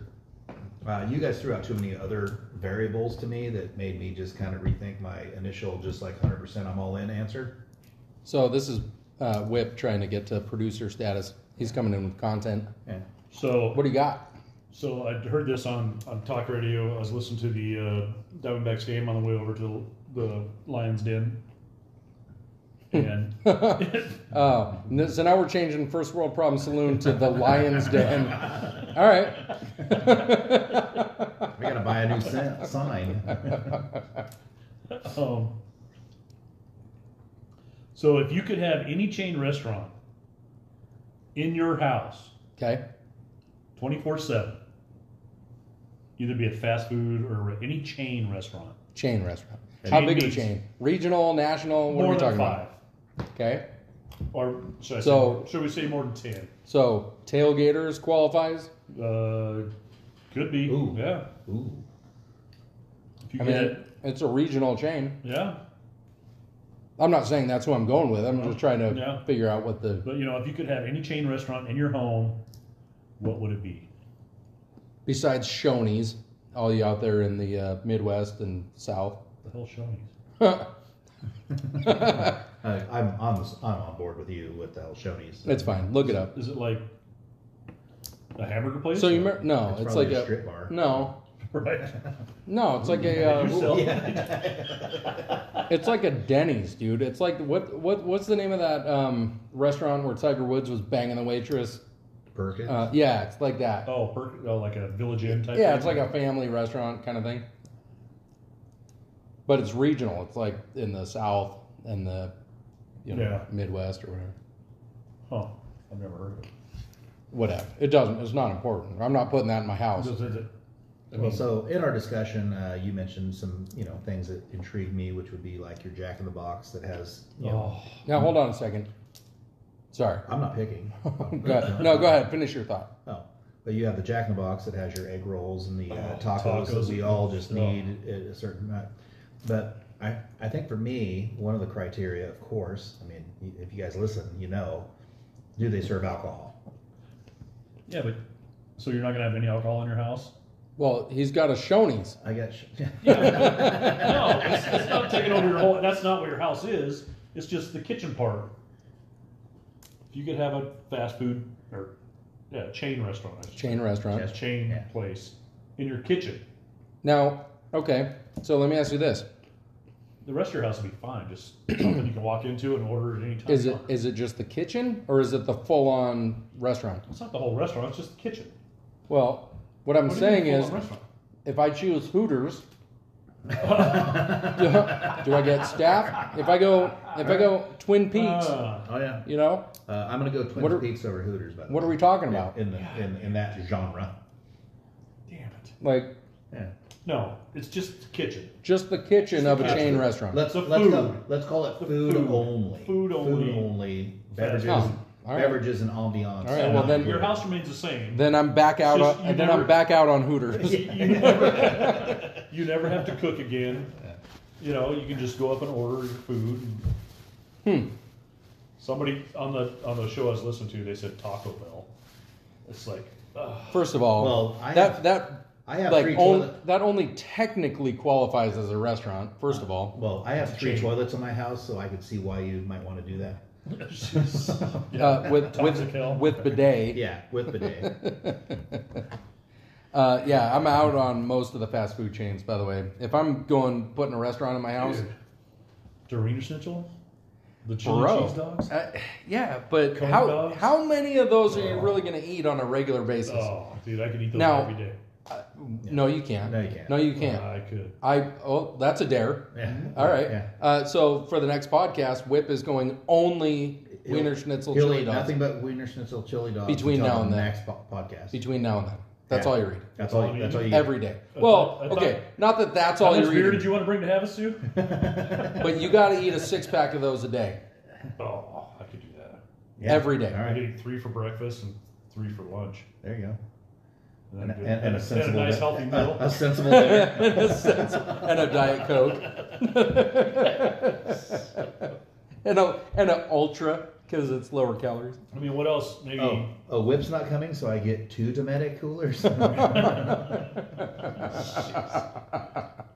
S3: Uh, you guys threw out too many other variables to me that made me just kind of rethink my initial, just like 100% I'm all in answer.
S1: So this is uh, Whip trying to get to producer status. He's coming in with content.
S3: Yeah.
S2: So
S1: What do you got?
S2: So I heard this on, on talk radio. I was listening to the uh, Diamondbacks game on the way over to the Lions Den, and
S1: Oh, n- so now we're changing First World Problem Saloon to the Lion's Den. All right.
S3: I got to buy a new sen- sign.
S2: um, so if you could have any chain restaurant in your house
S1: Okay.
S2: twenty four seven, either be it fast food or any chain restaurant,
S1: Chain restaurant. How
S2: Chain
S1: big of a
S2: meats.
S1: chain? Regional, national? What
S2: more
S1: are we talking
S2: than five,
S1: about? Okay.
S2: or should
S1: So-
S2: I say, more- should we say more than ten?
S1: So tailgaters qualifies.
S2: Uh, could be,
S3: Ooh.
S2: yeah.
S3: Ooh.
S2: If you
S1: I mean,
S2: could have-
S1: it- it's a regional chain.
S2: Yeah,
S1: I'm not saying that's who I'm going with. I'm just trying to
S2: Yeah.
S1: figure out what the
S2: but you know, if you could have any chain restaurant in your home, what would it be?
S1: besides Shoney's, all you out there in the uh, Midwest and South.
S2: The hell, Shoney's.
S3: I, Uh, I'm, on the, I'm on board with you with the Shoney's.
S1: It's fine. Look it up.
S2: Is it like a hamburger place?
S1: So you mer- no,
S3: It's
S1: it's,
S3: probably
S1: like
S3: a
S1: a
S3: strip bar.
S1: no.
S2: Right.
S1: No, it's like a. Uh,
S2: Yourself.
S1: it's like a Denny's, dude. It's like what what what's the name of that um, restaurant where Tiger Woods was banging the waitress?
S3: Perkins.
S1: Uh, yeah, it's like that.
S2: Oh, per- oh, like a village inn type.
S1: Yeah,
S2: thing?
S1: it's like a family restaurant kind of thing. But it's regional. It's like in the South and the you know
S2: Yeah.
S1: Midwest or whatever.
S2: Huh. I've never heard of it.
S1: Whatever. It doesn't. It's not important. I'm not putting that in my house.
S2: Does it- I mean,
S3: Well, so in our discussion, uh, you mentioned some you know things that intrigued me, which would be like your Jack in the Box that has. You know,
S2: oh,
S1: Now hold on a second. Sorry.
S3: I'm not picking.
S1: Go ahead. No, go ahead. Finish your thought.
S3: Oh, but you have the Jack in the Box that has your egg rolls and the uh,
S2: Oh,
S3: tacos,
S2: tacos.
S3: that we all just
S2: Oh.
S3: need at a certain amount. But I, I think for me, one of the criteria, of course, I mean, y- if you guys listen, you know, do they serve alcohol?
S2: yeah, but so you're not gonna have any alcohol in your house?
S1: Well, he's got a Shoney's.
S3: I got. sh-
S2: No, it's, it's not taking over your whole. That's not what your house is. It's just the kitchen part. If you could have a fast food or yeah chain restaurant, I should say.
S1: chain restaurant.
S3: Yes.
S2: chain
S3: Yeah.
S2: place in your kitchen,
S1: Now, okay, so let me ask you this:
S2: the rest of your house would be fine. Just something you can walk into and order at any time.
S1: Is it is it just the kitchen, or is it the full-on restaurant?
S2: It's not the whole restaurant. It's just the kitchen.
S1: Well, what I'm
S2: What do you mean
S1: saying is,
S2: full-on restaurant?
S1: if I choose Hooters, do, do I get staff? If I go, if I go Twin Peaks,
S2: Ah,
S3: Oh yeah,
S1: you know,
S3: uh, I'm gonna go
S1: What
S3: Twin
S1: are-
S3: Peaks over Hooters. By the
S1: what are
S3: way.
S1: we talking about?
S3: in the in, in that genre?
S2: damn it.
S1: Like
S3: Yeah.
S2: No, it's just the kitchen.
S1: just the kitchen of a chain restaurant.
S3: Let's
S2: The
S3: let's, Go,
S2: food.
S3: let's call it
S2: The
S3: food,
S2: food.
S3: only.
S2: Food only.
S3: only. Beverages.
S1: Oh, all right.
S3: Beverages and ambiance.
S1: All right, well, then-
S2: your house remains the same.
S1: Then I'm back out.
S2: Just
S1: on,
S2: you
S1: and then
S2: never-
S1: I'm back out on Hooters.
S2: you, never, you never have to cook again. You know, you can just go up and order your food. And
S1: Hmm.
S2: Somebody on the on the show I was listening to, they said Taco Bell. It's like, oh, ugh,
S1: First of all,
S3: Well, I
S1: that
S3: have-
S1: that
S3: I have
S1: like
S3: three
S1: on-
S3: toilet-
S1: that only technically qualifies as a restaurant. First of all,
S3: Well, I have three
S2: Change.
S3: toilets in my house, so I could see why you might want to do that.
S2: it's just- yeah.
S1: uh, with
S2: Toxic hell.
S1: with with bidet.
S3: Yeah, with bidet.
S1: Uh, yeah, I'm out on most of the fast food chains. By the way, if I'm going putting a restaurant in my house,
S2: Dude. Doreen Schnitzel, the chili
S1: bro,
S2: cheese dogs.
S1: uh, yeah, but
S2: Cone
S1: how
S2: dogs?
S1: how many of those are you really going to eat on a regular basis?
S2: Oh, dude, I could eat those
S1: Now-
S2: every day.
S1: No, you can't.
S3: No, you can't.
S1: No, you can't.
S2: I could.
S1: I oh, that's a dare.
S3: Yeah.
S1: All right.
S3: Yeah.
S1: Uh, so for the next podcast, Whip is going only
S3: He'll-
S1: Wiener Schnitzel
S3: he'll
S1: chili
S3: eat
S1: dogs
S3: Nothing but Wiener Schnitzel chili dogs
S1: Between now
S3: until the
S1: and then.
S3: next po- podcast.
S1: between now and then. That's
S3: Yeah.
S1: all you're eating
S3: that's all. You, that's all you.
S1: every day.
S2: I
S1: Well,
S2: thought- I
S1: okay, not that that's
S2: How
S1: all
S2: much
S1: you're
S2: beer
S1: eating,
S2: did you want to bring to Havasu?
S1: but you got to eat a six pack of those a day,
S2: oh, I could do that.
S3: Yeah.
S1: every day.
S3: All right.
S2: I could eat three for breakfast and three for lunch.
S3: There you go.
S2: And,
S3: And,
S2: then do-
S3: and, and a sensible,
S2: nice
S3: di-
S2: healthy
S3: a-
S2: meal.
S3: A, sensible dinner.
S1: In a sense, and a diet coke, and a and a ultra because it's lower calories.
S2: I mean, what else? Maybe
S3: oh, a whip's not coming, so I get two Dometic coolers.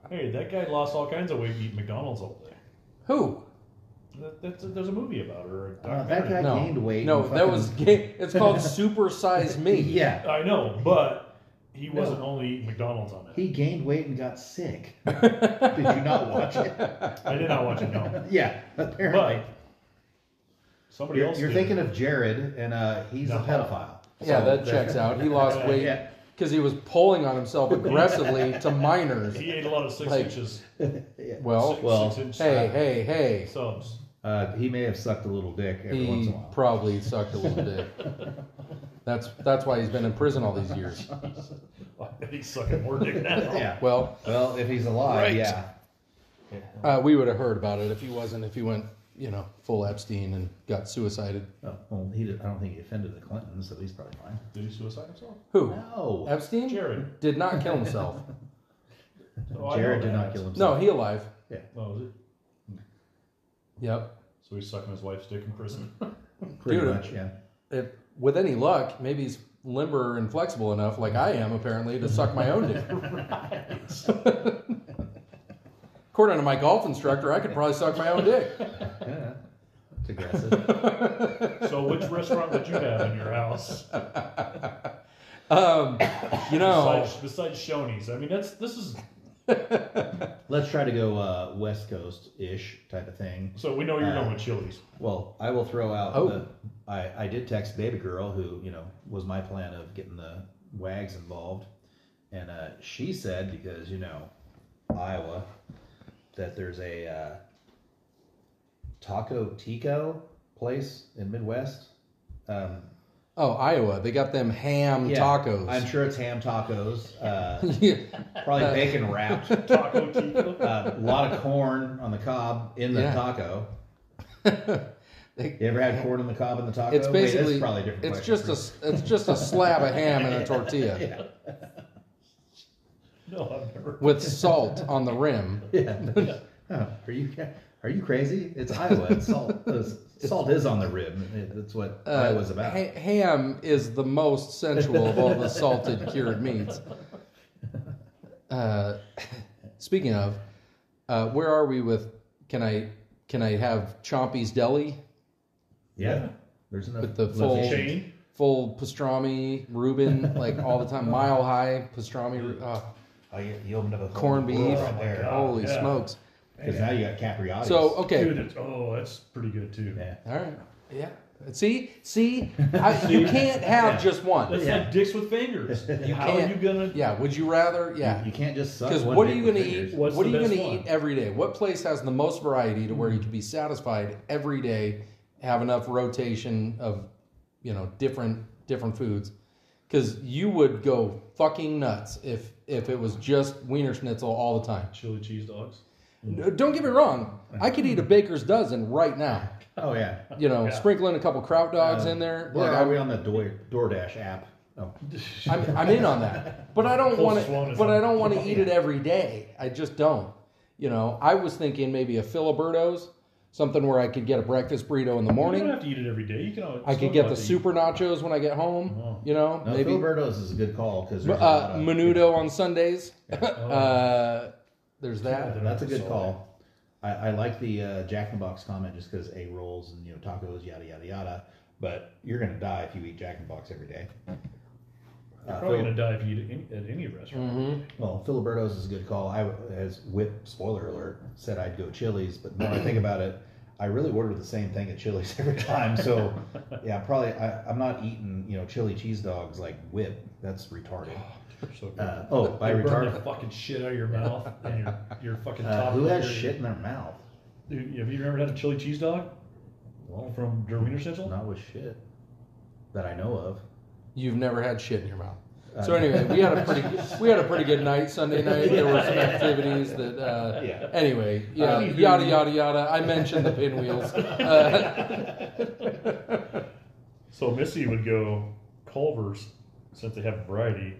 S2: hey, that guy lost all kinds of weight eating McDonald's all day.
S1: Who?
S2: That, that's there's a movie about it. Or a
S3: Uh, that
S2: documentary.
S3: guy
S1: No,
S3: gained weight.
S1: no,
S3: and
S1: that was
S3: fucking-
S1: ga- it's called Super Size Me.
S3: yeah.
S2: I know, but he
S3: No.
S2: wasn't only eating McDonald's on it.
S3: He gained weight and got sick. Did you not watch it?
S2: I did not watch it. No,
S3: Yeah, apparently.
S2: but somebody
S3: You're,
S2: else.
S3: you're
S2: did.
S3: thinking of Jared, and uh, he's
S2: No.
S3: a pedophile.
S1: Yeah,
S3: So
S1: that checks out. He lost
S2: Yeah,
S1: weight
S3: yeah.
S1: because he was pulling on himself aggressively to minors.
S2: he ate a lot of six
S1: Like-
S2: inches.
S1: Well,
S2: six,
S3: oh, well,
S2: six inch
S1: hey, hey, hey.
S2: subs.
S3: Uh, he may have sucked a little dick every once in
S1: He
S3: a while.
S1: probably sucked a little dick. That's that's why he's been in prison all these years.
S2: He's sucking more dick now.
S3: yeah.
S1: Well,
S3: Well, if he's alive,
S1: Right.
S3: yeah.
S1: uh, we would have heard about it if he wasn't. If he went, you know, full Epstein and got suicided.
S3: Oh, well, he did, I don't think he offended the Clintons, so he's probably fine.
S2: Did he suicide himself?
S1: Who?
S3: No.
S1: Epstein
S2: Jared.
S1: did not kill himself.
S2: Oh, I
S3: Jared
S2: know
S3: did
S2: that.
S3: not kill himself.
S1: no, he alive.
S2: Oh, is it?
S1: Yep.
S2: So he's sucking his wife's dick in prison.
S3: Pretty
S1: Dude.
S3: much, yeah.
S1: If with any luck, maybe he's limber and flexible enough, like I am apparently, to suck my own dick. According to my golf instructor, I could probably suck my own dick.
S3: Yeah. It's aggressive.
S2: so which restaurant would you have in your house?
S1: Um, you know,
S3: Oh.
S2: Besides, besides Shoney's, I mean, that's this is
S3: Let's try to go uh, West Coast ish type of thing.
S2: so we know you're going with Chili's.
S3: Well, I will throw out.
S1: Oh.
S3: The, I I did text baby girl who you know was my plan of getting the wags involved, and uh, she said because you know Iowa that there's a uh, taco tico place in Midwest. Um,
S1: oh Iowa, they got them ham
S3: yeah,
S1: tacos.
S3: I'm sure it's ham tacos, uh,
S1: Yeah.
S3: probably bacon wrapped.
S2: Taco Tico.
S3: Uh, a lot of corn on the cob in the
S1: Yeah.
S3: taco.
S1: They-
S3: You ever had corn on the cob in the taco?
S1: it's
S3: Wait, that's
S1: basically
S3: probably a different.
S1: it's
S3: question
S1: just a s- it's just a slab of ham and a tortilla
S2: No, I've never.
S1: with salt on the rim.
S3: for me. Oh, are you ca- are you crazy? It's Iowa. It's salt. uh, salt is on the rib. It- That's what
S1: Uh,
S3: Iowa's about.
S1: Ha- ham is the most sensual of all the salted cured meats. Uh, speaking of, uh, where are we with? Can I can I have Chompy's Deli
S3: yeah. There's enough.
S1: with the full
S3: locations.
S2: Chain?
S1: full pastrami Reuben like all the time, mile high pastrami. Uh,
S3: Oh, you, you opened up a
S1: corned
S3: whole world
S1: beef.
S3: right there.
S2: God.
S1: holy
S2: yeah.
S1: smokes!
S3: Oh Because now you got Capriati's.
S1: So okay,
S2: Dude, it's, oh, that's pretty good too.
S3: yeah.
S1: All right. Yeah. See, see, I, you can't have just one.
S2: That's
S3: Yeah.
S2: like dicks with fingers.
S1: You
S2: How
S1: can't.
S2: are you gonna?
S1: Yeah. Would you rather? Yeah.
S3: You can't just suck.
S1: Because
S3: one
S1: what are
S3: dick
S1: you
S3: with
S1: going to
S3: fingers.
S1: eat?
S2: What's
S1: What are
S2: the
S1: you going
S2: best
S1: to
S2: one?
S1: eat every day? What place has the most variety to where you can be satisfied every day, have enough rotation of, you know, different different foods? Because you would go fucking nuts if if it was just wiener schnitzel all the time.
S2: Chili cheese dogs. Mm.
S1: Don't get me wrong, I could eat a baker's dozen right now.
S3: Oh yeah.
S1: You know,
S2: Yeah.
S1: sprinkling a couple kraut dogs in there.
S3: Where
S1: like,
S3: are
S1: I-
S3: we on the Door, DoorDash app? Oh,
S1: I'm, I'm in on that, but I don't want
S2: Closest one
S1: to.
S2: is
S1: But
S2: on-
S1: I don't want to eat it every day. I just don't. You know, I was thinking maybe a Filiberto's, something where I could get a breakfast burrito in the
S2: You don't
S1: morning.
S2: have to eat it every day. You can. always-
S1: I
S2: still
S1: could get
S2: go
S1: the
S2: out to eat. Oh.
S1: super nachos when I get home. You know,
S3: no,
S1: maybe
S3: Filiberto's is a good call because
S1: uh, menudo on Sundays.
S2: Oh.
S1: uh, there's that.
S3: That's a good call. I, I like the uh, Jack in the Box comment just because a rolls and you know tacos, yada yada yada. But you're gonna die if you eat Jack in the Box every day. Uh,
S2: You're probably gonna die if you eat it in- at any
S3: Mm.
S2: restaurant.
S1: Mm-hmm.
S3: Well, Filiberto's is a good call. I, as Whip, spoiler alert, said I'd go Chili's, but the more I think about it, I really order the same thing at Chili's every time. So, yeah, probably I, I'm not eating you know chili cheese dogs like Whip. That's retarded.
S2: So good.
S3: Uh, oh, by
S2: You burn the
S3: retarded,
S2: fucking shit out of your mouth and your your fucking
S3: uh,
S2: top.
S3: who
S2: of
S3: has
S2: your-
S3: shit in their mouth?
S2: Dude, have you ever had a chili cheese dog
S3: Well,
S2: from Der Wiener Schnitzel?
S3: not with shit that I know of.
S1: You've never had shit in your mouth. So anyway, we had a pretty good, we had a pretty good night Sunday night. There were some activities that uh,
S3: Yeah.
S1: anyway, yeah,
S2: Anywho.
S1: yada yada yada. I mentioned the pinwheels. Uh,
S2: So Missy would go Culver's since they have variety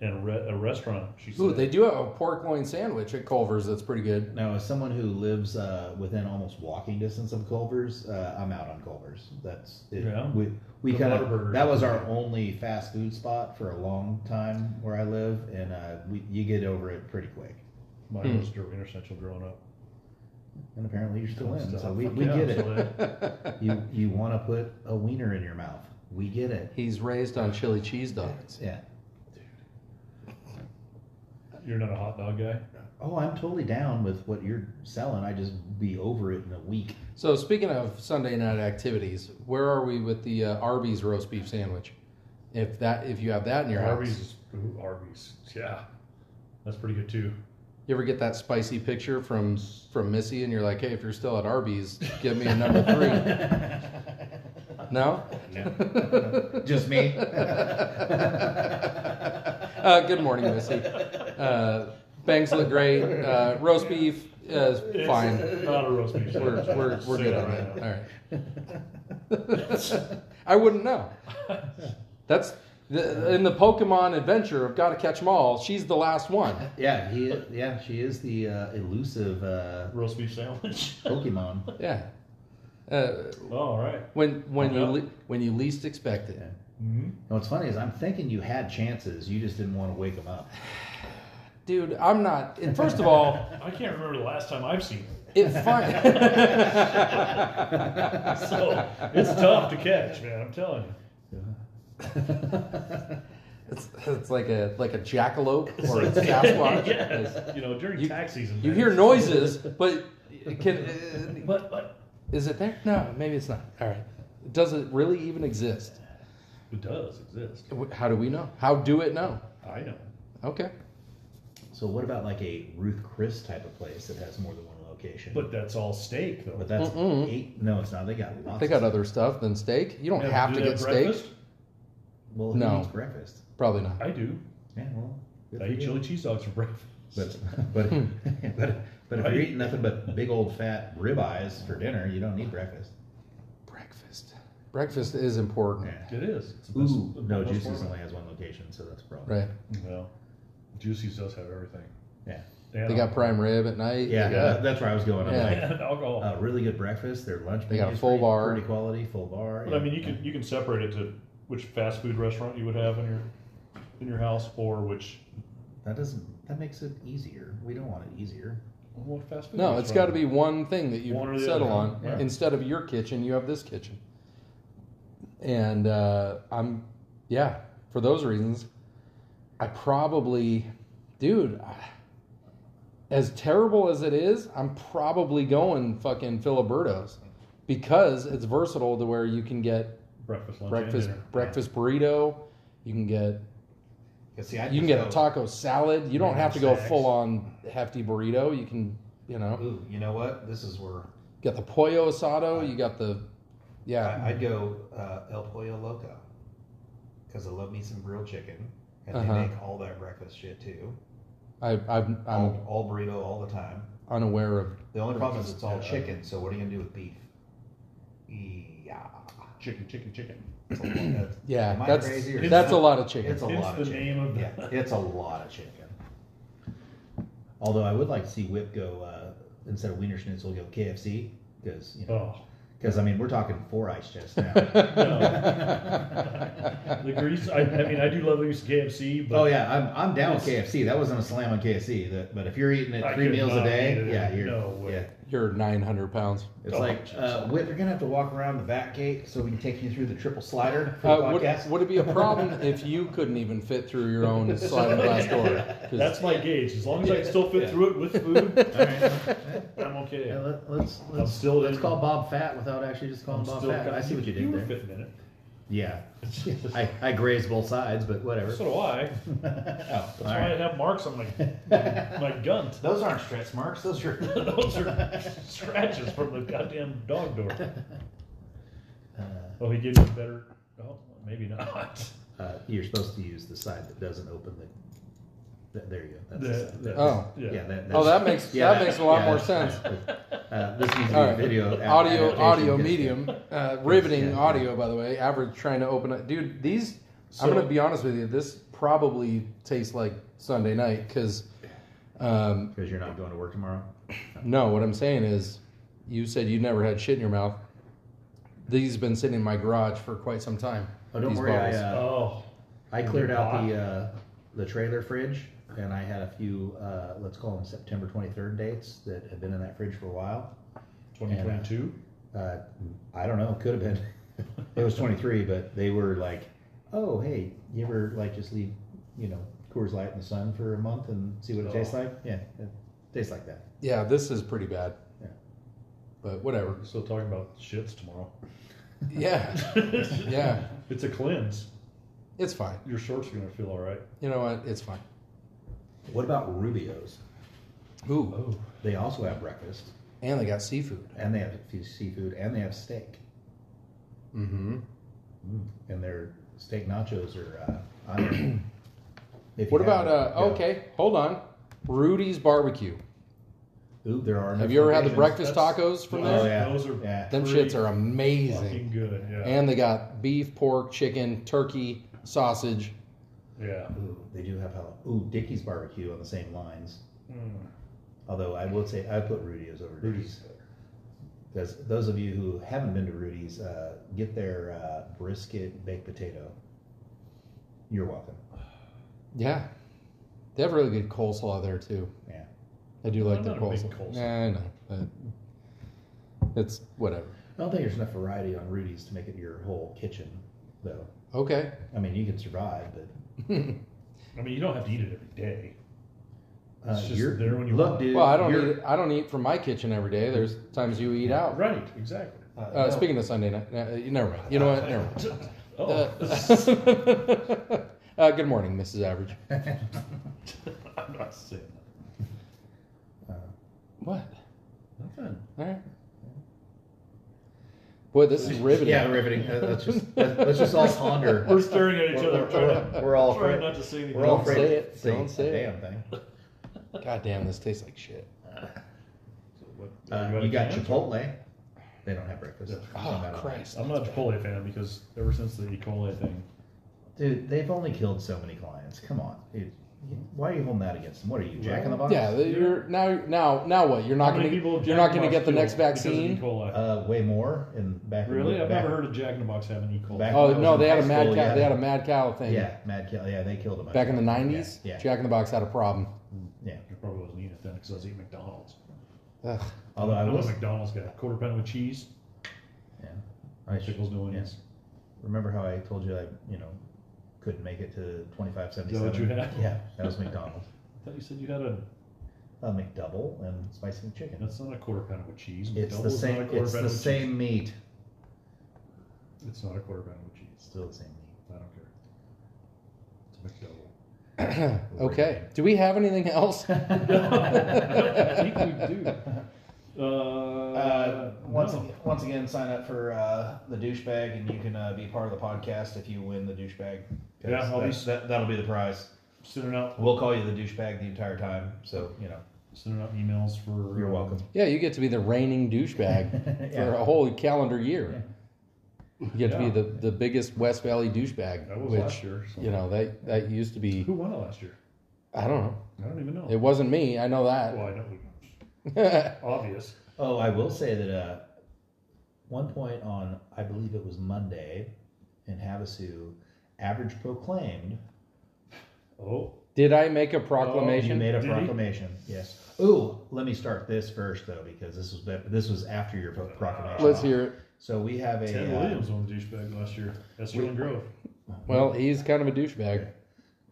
S2: and re- a restaurant. She said,
S1: ooh, they do have a pork loin sandwich at Culver's. That's pretty good.
S3: Now, as someone who lives uh, within almost walking distance of Culver's, uh, I'm out on Culver's. That's it.
S2: Yeah.
S3: We we
S2: The
S3: kind
S2: Whataburger.
S3: of that was our only fast food spot for a long time where I live, and uh, we, you get over it pretty quick.
S2: mine
S1: Hmm.
S2: was Der Wiener Schnitzel growing up.
S3: And apparently, you're still in,
S2: Stuff.
S3: so we,
S2: Fuck
S3: we
S2: yeah,
S3: get
S2: so
S3: it.
S2: they-
S3: You you want to put a wiener in your mouth? We get it.
S1: He's raised on chili cheese dogs.
S3: Yeah.
S2: You're not a hot dog guy.
S3: Oh, I'm totally down with what you're selling. I just be over it in a week.
S1: So speaking of Sunday night activities, where are we with the uh, Arby's roast beef sandwich? If that if you have that in your
S2: Arby's,
S1: house,
S2: is, ooh, Arby's, yeah, that's pretty good too.
S1: you ever get that spicy picture from from Missy, and you're like, hey, if you're still at Arby's, give me a number three. no.
S3: Just me.
S1: Uh, good morning, Missy. Uh, bangs look great. Uh, roast beef is
S2: It's uh,
S1: fine.
S2: not a roast beef.
S1: We're,
S2: sandwich.
S1: we're, we're
S2: Say
S1: good
S2: that
S1: on
S2: right
S1: that.
S2: now.
S1: All right. I wouldn't know. That's the, in the Pokemon adventure of Gotta Catch 'Em All. She's the last one.
S3: yeah, he. is- Yeah, she is the uh, elusive uh,
S2: Roast beef sandwich.
S3: Pokemon.
S1: Yeah. Uh,
S2: All right.
S1: when when you
S2: Yeah.
S1: le- when you least expect it.
S2: Mm-hmm.
S3: And what's funny is I'm thinking you had chances, you just didn't want to wake them up.
S1: Dude, I'm not. And first of all,
S2: I can't remember the last time I've seen it,
S1: it fine.
S2: so it's tough to catch, man. I'm telling you.
S1: It's, it's like a like a jackalope or a Sasquatch.
S2: yes, you know, during
S1: You-
S2: tax season,
S1: You
S2: man.
S1: hear noises, but it can
S2: But, but
S1: is it there? No, maybe it's not. All right. Does it really even exist?
S2: it does exist.
S1: How do we know? How do it know?
S2: I know.
S1: Okay.
S3: So what about like a Ruth Chris type of place that has more than one location?
S2: But that's all steak, though.
S3: but that's eight. No, it's not. They got lots.
S1: They got
S3: of
S1: other stuff than steak. You don't
S2: Yeah,
S1: have to
S2: do they
S1: get
S2: have
S1: steak.
S2: breakfast?
S3: Well, who
S1: No.
S3: eats breakfast?
S1: Probably not.
S2: I do.
S3: Yeah, well, good
S2: I
S3: for
S2: eat
S3: you.
S2: chili cheese dogs for breakfast.
S3: But but but, but if
S2: Right.
S3: you're eating nothing but big old fat ribeyes for dinner, you don't need breakfast.
S1: Breakfast. Breakfast is important.
S3: Yeah.
S2: It is. It's the best-
S3: Ooh,
S2: the
S3: no,
S2: most
S3: Juicy's
S2: form.
S3: only has one location, so that's a problem.
S1: Right.
S2: Well, Juicy's does have everything.
S3: Yeah.
S2: And
S1: They got prime rib at night.
S3: Yeah,
S1: They got,
S3: that- that's where I was going. I'm
S1: Yeah.
S3: like,
S2: and alcohol.
S1: Oh,
S3: a really good breakfast. Their lunch
S1: They got a
S3: menu's
S1: full
S3: pretty-
S1: bar.
S3: pretty quality, full bar.
S2: But I mean, you can you can separate it to which fast food restaurant you would have in your in your house, or which
S3: that doesn't that makes it easier. We don't want it easier.
S2: what fast food.
S1: no, it's got to be
S2: restaurant?
S1: one thing that you
S2: One or the
S1: settle
S2: other.
S1: on.
S2: Right.
S1: Instead of your kitchen, you have this kitchen. And uh, I'm, yeah, for those reasons, I probably, dude, I- as terrible as it is, I'm probably going fucking Filiberto's because it's versatile to where you can get
S2: breakfast, lunch,
S1: breakfast
S2: and dinner.
S1: breakfast burrito, you can get
S3: Yeah, see, I
S1: You can
S3: just
S1: get a
S3: go,
S1: taco salad. You don't
S3: Random
S1: have to go
S3: snacks.
S1: full on hefty burrito. You can, you know,
S3: Ooh, you know what? This is where
S1: get the pollo asado. You got the, yeah,
S3: I, I'd go uh, El Pollo Loco because I love me some grilled chicken, and
S1: Uh-huh.
S3: they make all that breakfast shit too.
S1: I, I'm, I'm
S3: all, all burrito all the time.
S1: unaware of.
S3: The only problem is
S1: Breakfast,
S3: it's all
S2: yeah.
S3: chicken. So what are you gonna do with beef? Yeah,
S2: chicken, chicken, chicken.
S3: It's a lot- that's-
S1: Yeah,
S3: am I
S1: that's
S3: crazy or-
S1: that's a lot of chicken.
S3: It's a
S2: It's
S3: lot of
S2: the
S3: chicken.
S2: name of the-
S3: yeah, it's a lot of chicken. Although I would like to see Whip go uh, instead of Wiener Schnitzel go KFC because you know
S2: Oh,
S3: because I mean we're talking four ice chests now.
S2: no. the grease. I, I mean, I do love these KFC, but
S3: oh yeah, I'm, I'm down with KFC. That wasn't a slam on KFC, that, but if you're eating it
S2: I
S3: three
S2: could
S3: meals a
S2: not eat
S3: day,
S2: it.
S3: yeah, you're
S2: No way.
S3: yeah.
S1: You're 900 pounds.
S3: It's
S2: Oh,
S3: like
S2: Jesus.
S3: uh, Whip, you're gonna have to walk around the back gate so we can take you through the triple slider for the
S1: Uh,
S3: podcast.
S1: would, would it be a problem if you couldn't even fit through your own sliding glass door? 'Cause
S2: that's my gauge. As long as I can still fit through it with food,
S3: All right, well,
S2: I'm okay.
S3: yeah, let, let's
S2: I'm
S3: let's,
S2: still
S3: let's
S2: in.
S3: call Bob fat without actually just calling
S2: I'm
S3: Bob
S2: still
S3: fat.
S2: got-
S3: I see what you did
S2: you were
S3: there.
S2: fifth minute.
S3: Yeah,
S2: Jesus.
S3: I, I graze both sides, but whatever.
S2: So do I.
S3: Oh, all
S2: That's why I
S3: right.
S2: have marks on my my gunt.
S3: Those aren't stretch marks. Those are.
S2: Those are scratches from the goddamn dog door. oh, he gave me a better. Oh, maybe not.
S3: Uh, you're supposed to use the side that doesn't open the. th- there you go. That's
S2: The-
S3: side.
S2: the-
S1: Oh.
S2: yeah.
S3: that,
S1: oh, that makes
S3: yeah,
S1: that makes a lot
S3: yeah,
S1: more
S3: that's-
S1: sense.
S3: Uh, this needs to be
S1: All
S3: a
S1: right.
S3: video. a-
S1: audio
S3: adaptation,
S1: audio
S3: because-
S1: medium uh, riveting
S3: yeah.
S1: audio by the way average trying to open up dude these i'm
S2: So-
S1: gonna be honest with you this probably tastes like sunday night because um,
S3: Because you're not going to work tomorrow.
S1: no what i'm saying is you said you never had shit in your mouth these have been sitting in my garage for quite some time
S3: Oh, don't
S1: these
S3: worry. I,
S1: bottles.
S3: uh,
S2: Oh,
S3: I cleared out the uh, the trailer fridge, and I had a few. Uh, let's call them September 23rd dates that have been in that fridge for a while.
S2: 2022.
S3: uh, I don't know, could have been. it was 23, but they were like, oh, hey, you ever like just leave, you know, Coors Light in the sun for a month and see what it tastes
S2: Oh.
S3: like? Yeah, it tastes like that.
S1: yeah this is pretty bad
S3: Yeah.
S1: but whatever
S2: We're still talking about shits tomorrow.
S1: yeah yeah
S2: It's a cleanse.
S1: it's fine
S2: Your shorts are gonna feel all right.
S1: you know what it's fine
S3: What about Rubio's?
S1: ooh
S2: Oh,
S3: They also have breakfast,
S1: and they got seafood
S3: and they have a few seafood, and they have steak.
S1: mm-hmm
S3: And their steak nachos are uh, on If you
S1: What about
S3: haven't,
S1: uh,
S3: yeah.
S1: okay? Hold on, Rudy's Barbecue.
S3: Ooh, there are.
S1: Have you ever had the
S3: locations.
S1: breakfast tacos
S2: That's-
S1: from
S3: Oh,
S1: there?
S3: yeah.
S2: Those are
S3: yeah.
S1: Them
S2: pretty
S1: shits are
S2: Fucking
S1: amazing,
S2: good. Yeah.
S1: and they got beef, pork, chicken, turkey, sausage.
S2: yeah.
S3: Ooh, they do have jalapeno. Ooh, Dickie's barbecue on the same lines.
S2: Hmm.
S3: Although I would say I put Rudy's over
S2: Rudy's.
S3: Rudy's. Because those of you who haven't been to Rudy's, uh, get their uh, brisket baked potato. You're welcome.
S1: Yeah, they have really good coleslaw there too.
S3: Yeah.
S1: I do like
S2: I'm
S1: their
S2: not a big
S1: coleslaw.
S2: coleslaw.
S1: Yeah, I know, but it's whatever.
S3: I don't think there's enough variety on Rudy's to make it your whole kitchen, though.
S1: Okay,
S3: I mean, you can survive, but
S2: I mean, you don't have to eat it every day.
S3: Uh,
S2: It's just
S3: you're
S2: there when you
S3: look,
S2: want it.
S3: dude.
S1: Well, I don't
S3: you're-
S1: eat. I don't eat from my kitchen every day. There's times you eat out.
S2: Right, exactly.
S3: uh,
S1: Uh,
S3: no.
S1: Speaking of Sunday night, uh, never mind. You know what? Never mind.
S2: Oh,
S1: Uh, uh, good morning, Mrs. Average.
S2: I'm not saying that.
S1: What?
S2: Nothing.
S1: All right. Boy, this is riveting.
S5: Yeah, riveting. Uh, Let's just let- let's just all ponder.
S2: We're staring at each
S5: We're-
S2: other.
S5: we're-
S2: trying to-
S5: we're all
S2: trying
S5: afraid.
S2: not to see anything.
S5: We're all
S1: Don't
S5: afraid
S1: say
S5: to
S1: it. Don't say
S5: the
S1: it.
S5: damn thing.
S1: God damn, this tastes like shit.
S2: What-
S5: Uh,
S2: everybody
S5: you got
S2: can?
S5: Chipotle. They don't have breakfast. No
S1: Oh
S5: matter what.
S1: Christ!
S2: I'm not a Chipotle fan because ever since the E. coli thing,
S3: Dude, they've only killed so many clients. Come on. Dude, why are you holding that against them? What are you, Jack in the Box?
S1: Yeah, you're now now now what? You're
S2: how
S1: not
S2: many
S1: going
S2: people
S1: to
S2: have
S1: you're
S2: Jack
S1: not
S2: in
S1: going to
S2: the
S1: get the
S2: Box
S1: next
S2: killed Because of E.
S1: vaccine.
S2: coli.
S3: Uh, way more in back.
S2: really? I've
S3: back,
S2: never heard of Jack in the Box having E. coli.
S3: Back-
S1: Oh
S3: when I
S1: no,
S3: was in
S1: they had a
S3: high
S1: mad
S3: school,
S1: cow.
S3: yeah.
S1: They had a mad cow thing.
S3: Yeah, Mad Kill. Yeah, they killed him.
S1: Back in the '90s,
S3: Yeah. yeah.
S1: Jack in the Box had a problem.
S3: yeah.
S2: I probably wasn't eating it then because I was eating McDonald's.
S1: Ugh.
S3: Although I
S2: I'm
S3: was.
S2: a McDonald's guy. Quarter pounder with cheese,
S3: Yeah. I should,
S2: pickles, no onions.
S3: remember how I told you I, you know, couldn't make it to twenty five seventy
S2: Is that
S3: seven.
S2: what you had?
S3: Yeah, that was McDonald's.
S2: I thought you said you had a.
S3: A McDouble and spicy chicken.
S2: That's not a quarter pounder with cheese.
S3: It's
S2: McDouble's
S3: the
S2: not a
S3: same.
S2: quarter
S3: It's
S2: pounder
S3: the
S2: with
S3: same meat.
S2: cheese. It's not a quarter pounder with cheese.
S3: Still the same meat.
S2: I don't care. It's a McDouble.
S1: Okay. Do we have anything else?
S2: I think we do. Uh,
S3: Uh, once,
S2: no.
S3: again, once again, sign up for uh, the douchebag, and you can uh, be part of the podcast if you win the douchebag. 'Cause
S2: Yeah, I'll be-
S3: that, that, that'll be the prize.
S2: sending out
S3: We'll call you the douchebag the entire time, so you know
S2: sending out emails for.
S3: you're welcome.
S1: yeah, you get to be the reigning douchebag for a whole calendar year. You get
S2: Yeah.
S1: to be the, the biggest West Valley douchebag,
S2: That was
S1: which
S2: last year. so-
S1: you know that that used to be.
S2: Who won it last year?
S1: I don't know.
S2: I don't even know.
S1: It wasn't me. I know that.
S2: well, I know. Obvious.
S3: Oh, I will say that uh, one point on I believe it was Monday in Havasu, average proclaimed
S2: Oh,
S1: Did I make a
S3: Oh, You
S1: proclamation?
S3: made a
S2: Did he?
S3: proclamation. Yes. Ooh, let me start this first though, because this was this was after your pro- proclamation.
S1: Let's hear it.
S3: So we have a.
S2: Ted
S3: uh,
S2: Williams won the douchebag last year. That's Sterling Grove.
S1: Well, he's kind of a douchebag.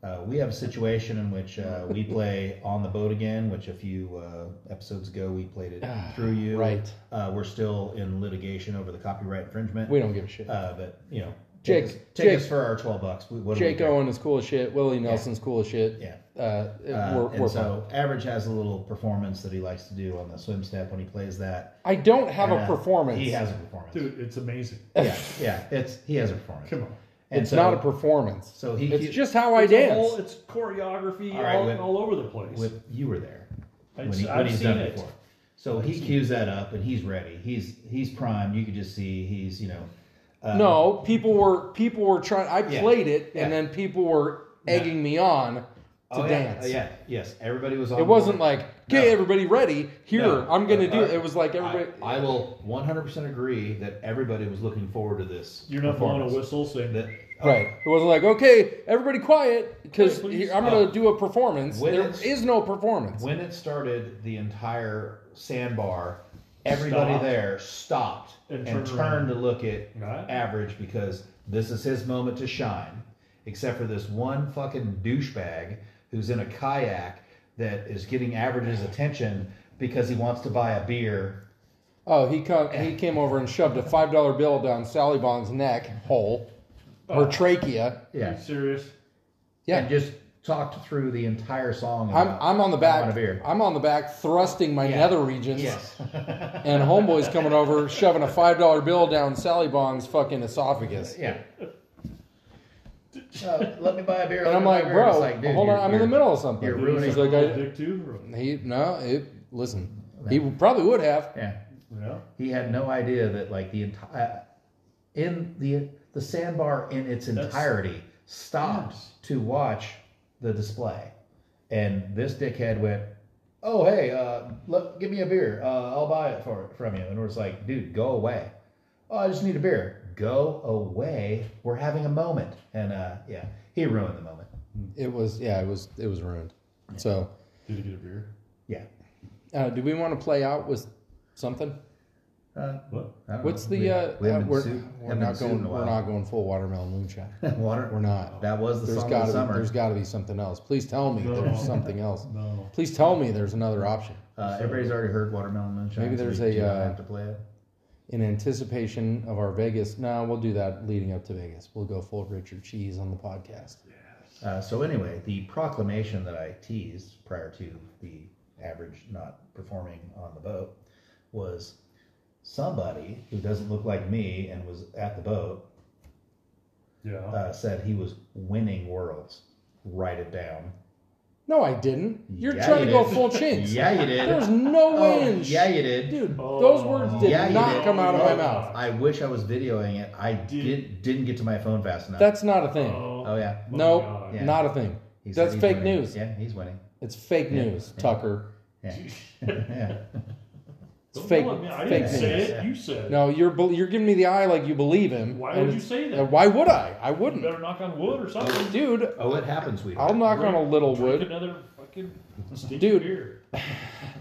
S3: Uh, we have a situation in which uh, we play on the boat again, which a few uh, episodes ago we played it through you.
S1: Ah, right.
S3: Uh, we're still in litigation over the copyright infringement.
S1: We don't give a shit.
S3: Uh, but you know,
S1: Jake-
S3: take, us, take
S1: Jake-
S3: us for our twelve bucks. We, what do we
S1: Jake
S3: do?
S1: Owen is cool as shit. Willie Nelson's cool as shit.
S3: Yeah.
S1: Uh, it-
S3: Uh,
S1: we're,
S3: and
S1: we're fine.
S3: so, average has a little performance that he likes to do on the swim step when he plays that.
S1: I don't have
S3: And,
S1: a
S3: uh,
S1: performance.
S3: He has a performance.
S2: Dude, it's amazing.
S3: Yeah, yeah. It's he has a performance.
S2: Come on.
S3: And
S1: it's
S3: so-
S1: not a performance.
S3: So he
S1: it's
S3: keeps-
S1: just how I
S2: It's a
S1: dance.
S2: whole- it's choreography all,
S3: All right, with-
S2: all over the place.
S3: with you were there
S2: I'd s- I've seen it.
S3: So he cues that up and he's ready. He's he's primed. You can just see he's you know
S1: no, people were people were trying. I
S3: uh, Yeah.
S1: played it,
S3: Yeah. Oh,
S1: and then people were egging me on to dance.
S3: Yeah, yeah, yes. Everybody was on.
S1: It wasn't like,
S3: board.
S1: "Okay,
S3: No.
S1: everybody, ready? Here,
S3: No.
S1: I'm gonna do."
S3: Uh,
S1: it. It was like everybody.
S3: I, I will 100 percent agree that everybody was looking forward to this.
S2: You're not blowing a
S3: performance.
S2: whistle saying that.
S3: That-
S1: Right. It wasn't like, okay, everybody quiet, because
S2: Wait, please.
S1: I'm going to do a performance.
S3: Oh. when
S1: There
S3: it's-
S1: is no performance.
S3: When it started, the entire sandbar, everybody
S2: Stopped.
S3: there stopped
S2: And
S3: and,
S2: turned
S3: turned
S2: around.
S3: to look at
S2: Right.
S3: average because this is his moment to shine. Except for this one fucking douchebag who's in a kayak that is getting average's attention because he wants to buy a beer.
S1: Oh, he come, he came over and shoved a five dollar bill down Sally Bond's neck hole,
S3: Oh.
S1: her trachea.
S2: Are you serious?
S1: Yeah.
S3: And just talked through the entire song.
S1: I'm,
S3: about,
S1: I'm on the
S3: "I
S1: back.
S3: want a beer.
S1: I'm on the back, thrusting my nether regions,
S3: Yes.
S1: and homeboy's coming over, shoving a five dollar bill down Sally Bond's fucking esophagus.
S3: Yeah. Uh, let me buy a beer.
S1: And
S3: let
S1: I'm
S3: me buy a
S1: like,
S3: beer.
S1: bro,
S3: It's like, dude,
S1: hold on,
S3: you're-
S1: I'm in the
S3: you're-
S1: middle of something.
S3: you're
S2: Did he
S3: ruining-
S1: He's
S2: suck
S1: like,
S2: a little
S1: I,
S2: dick too?
S1: he no, it, listen, he probably would have.
S3: Yeah.
S2: Or, yeah.
S3: He had no idea that like the entire in the the sandbar in its entirety stopped to watch the display, and this dickhead went, "Oh hey, uh, look, give me a beer. Uh, I'll buy it for from you." And we're just like, "Dude, go away." Oh, I just need a beer. Go away. We're having a moment, and uh, yeah, he ruined the moment.
S1: It was yeah, it was it was ruined. So,
S2: Did he get a beer?
S3: Yeah.
S1: uh, do we want to play out with something?
S3: Uh,
S2: What?
S3: I don't
S1: What's
S3: know.
S1: the?
S3: We-
S1: uh,
S3: we haven't
S1: we're
S3: sued-
S1: we're
S3: haven't
S1: not
S3: sued
S1: going.
S3: in a
S1: We're
S3: while.
S1: not going full watermelon moonshine.
S3: Water.
S1: We're not.
S3: That was the
S1: There's
S3: song of
S1: gotta
S3: the
S1: be.
S3: summer.
S1: There's got to be something else. Please tell me
S2: No.
S1: there's something else.
S2: No.
S1: Please tell me there's another option.
S3: uh, everybody's already heard watermelon moonshine.
S1: Maybe there's
S3: so
S1: a,
S3: you don't
S1: uh,
S3: have to play it.
S1: In anticipation of our Vegas. No, we'll do that leading up to Vegas. We'll go full Richard Cheese on the podcast.
S3: Uh, so anyway, the proclamation that I teased prior to the average not performing on the boat was somebody who doesn't look like me and was at the boat
S2: Yeah.
S3: uh, said he was winning worlds. Write it down.
S1: No, I didn't. You're
S3: Yeah,
S1: trying
S3: you
S1: to go
S3: did.
S1: full chintz.
S3: Yeah, you
S1: There's
S3: did.
S1: no way
S3: Oh,
S1: in sh-
S3: yeah, you did.
S1: Dude,
S2: Oh.
S1: those words did
S3: Yeah, you
S1: not
S3: did.
S1: come out of my
S2: Oh.
S1: mouth.
S3: I wish I was videoing it. I did, didn't get to my phone fast enough.
S1: That's not a thing.
S3: oh yeah,
S2: my
S1: no,
S2: God.
S3: Yeah.
S1: not a thing.
S3: He said
S1: That's
S3: he's
S1: fake
S3: winning.
S1: news.
S3: Yeah, he's winning.
S1: It's fake news, Tucker.
S3: Yeah, yeah.
S1: It's
S2: Don't
S1: fake.
S2: yell at me. I
S1: fake
S2: didn't
S1: news.
S2: say it. You said it.
S1: No, you're bel- you're giving me the eye like you believe him.
S2: Why
S1: and
S2: would you
S1: it's-
S2: say
S1: uh,
S2: that?
S1: Why would I? I
S2: You
S1: wouldn't,
S2: better knock on wood or something.
S1: dude.
S3: Oh, it happens,
S1: I'll
S3: sweetheart.
S1: knock on a little
S2: Drink
S1: wood.
S2: another fucking stinky
S1: Dude,
S2: beer.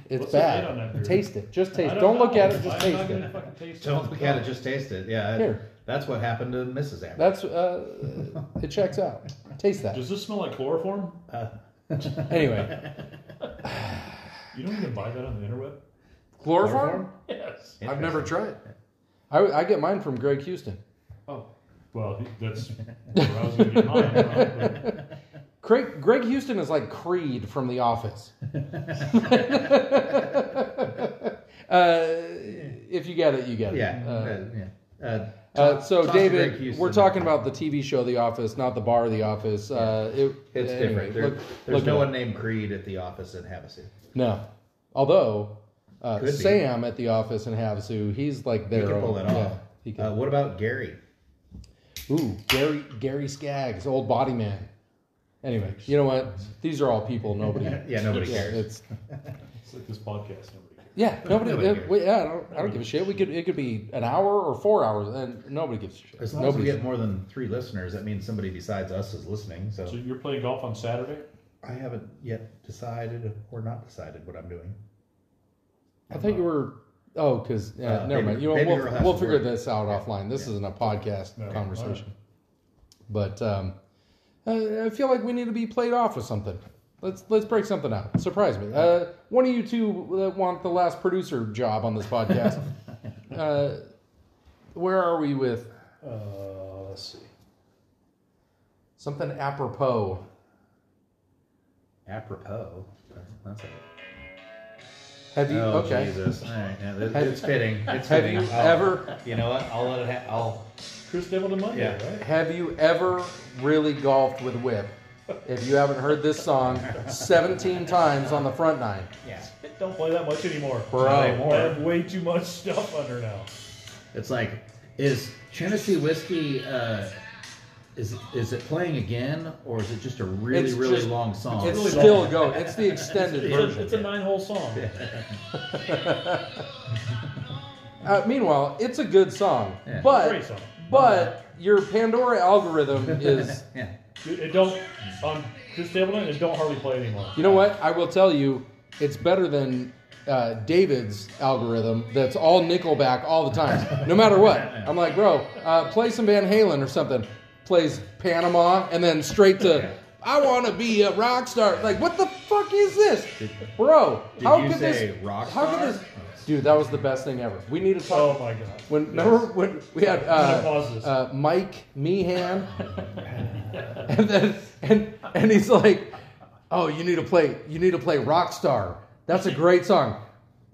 S1: It's
S2: what's the date on that
S1: bad.
S2: beer?
S1: Taste it. Just
S2: I
S1: taste. Don't, look
S2: know.
S1: at it. Just
S2: I'm not
S1: taste
S2: gonna
S1: it.
S2: fucking taste
S3: Don't look at it. Just taste it. Yeah,
S1: Here.
S3: that's what happened to Mrs. Amber.
S1: That's uh, it checks out. Taste that.
S2: Does this smell like chloroform?
S1: Anyway,
S2: You don't even buy that on the interweb.
S1: chloroform.
S2: Yes.
S1: I've never tried. I, I get mine from Greg Houston.
S2: Oh. Well, that's where I was going to get mine. Right?
S1: Craig, Greg Houston is like Creed from The Office. uh, if you get it, you get it.
S3: Yeah,
S1: Uh,
S3: uh, yeah. Uh,
S1: uh,
S3: toss-
S1: so,
S3: toss to Greg
S1: David,
S3: Houston.
S1: we're talking about the TV show The Office, not the bar The Office. Uh, it,
S3: It's
S1: anyway,
S3: different. There-
S1: look-
S3: there's
S1: look it
S3: no
S1: up.
S3: one named Creed at the office in Havasu.
S1: No. Although uh,
S3: Could be.
S1: Sam at the office in Havasu, he's like
S3: He
S1: their
S3: can
S1: own.
S3: pull it
S1: yeah,
S3: off.
S1: he can.
S3: Uh, what about Gary?
S1: Ooh, Gary Gary Skaggs, old body man. Anyway, you know what? These are all people nobody. yeah,
S3: Yeah, nobody cares.
S1: it's
S2: It's like this podcast. Nobody cares.
S1: yeah, nobody.
S3: Nobody
S1: uh,
S3: cares.
S1: we- yeah, I don't, I don't give a shit. We could it could be an hour or four hours, and nobody gives a shit.
S3: As long
S1: nobody.
S3: as we get more than three listeners, that means somebody besides us is listening. So,
S2: So you're playing golf on Saturday?
S3: I haven't yet decided or not decided what I'm doing.
S1: I thought you were. Oh, because yeah, never
S3: Uh, baby-
S1: mind. You know,
S3: baby girl
S1: we'll
S3: has
S1: we'll
S3: to
S1: figure
S3: work.
S1: this out offline. This isn't a podcast
S2: Okay,
S1: conversation. But um, I, I feel like we need to be played off with something. Let's let's break something out. Surprise me. Uh, one of you two that want the last producer job on this podcast. uh, where are we with
S2: Uh, let's see.
S1: something apropos?
S3: Apropos. That's it.
S1: Have you
S3: Oh,
S1: okay?
S3: Jesus. All right. Yeah, that- it's fitting. It's
S1: Have
S3: fitting.
S1: you
S3: I'll-
S1: ever
S3: You know what? I'll let it ha- I'll.
S2: Chris Devil to Monday,
S3: Yeah.
S2: right?
S1: have you ever really golfed with whip? If you haven't heard this song 17 times on the front nine.
S3: Yeah.
S2: Don't play that much anymore.
S1: Bro.
S2: I have way too much stuff under now.
S3: It's like, is Tennessee whiskey? Uh, is is it playing again, or is it just a really
S1: It's
S3: really
S1: just-
S3: long song?
S1: It's
S2: really
S1: still
S2: long.
S1: going. It's the extended
S2: It's a,
S1: version.
S2: it's a nine hole song.
S1: Uh, meanwhile, it's a good song,
S3: Yeah.
S1: but
S2: Great song.
S1: but your Pandora algorithm is.
S3: yeah.
S2: Dude, it don't on Chris Stapleton. It don't hardly play anymore.
S1: You know what? I will tell you, it's better than uh, David's algorithm. That's all Nickelback all the time, no matter what. I'm like, bro, uh, play some Van Halen or something. Plays Panama and then straight to. I want to be a rock star. Like, what the fuck is this, bro?
S3: Did you say rock
S1: How
S3: star?
S1: could this? Dude, that was the best thing ever. We need to talk.
S2: Oh my god.
S1: When remember when we had
S2: gonna pause
S1: uh,
S2: this.
S1: uh, Mike Meehan, and then and and he's like, "Oh, you need to play, you need to play Rockstar. That's a great song."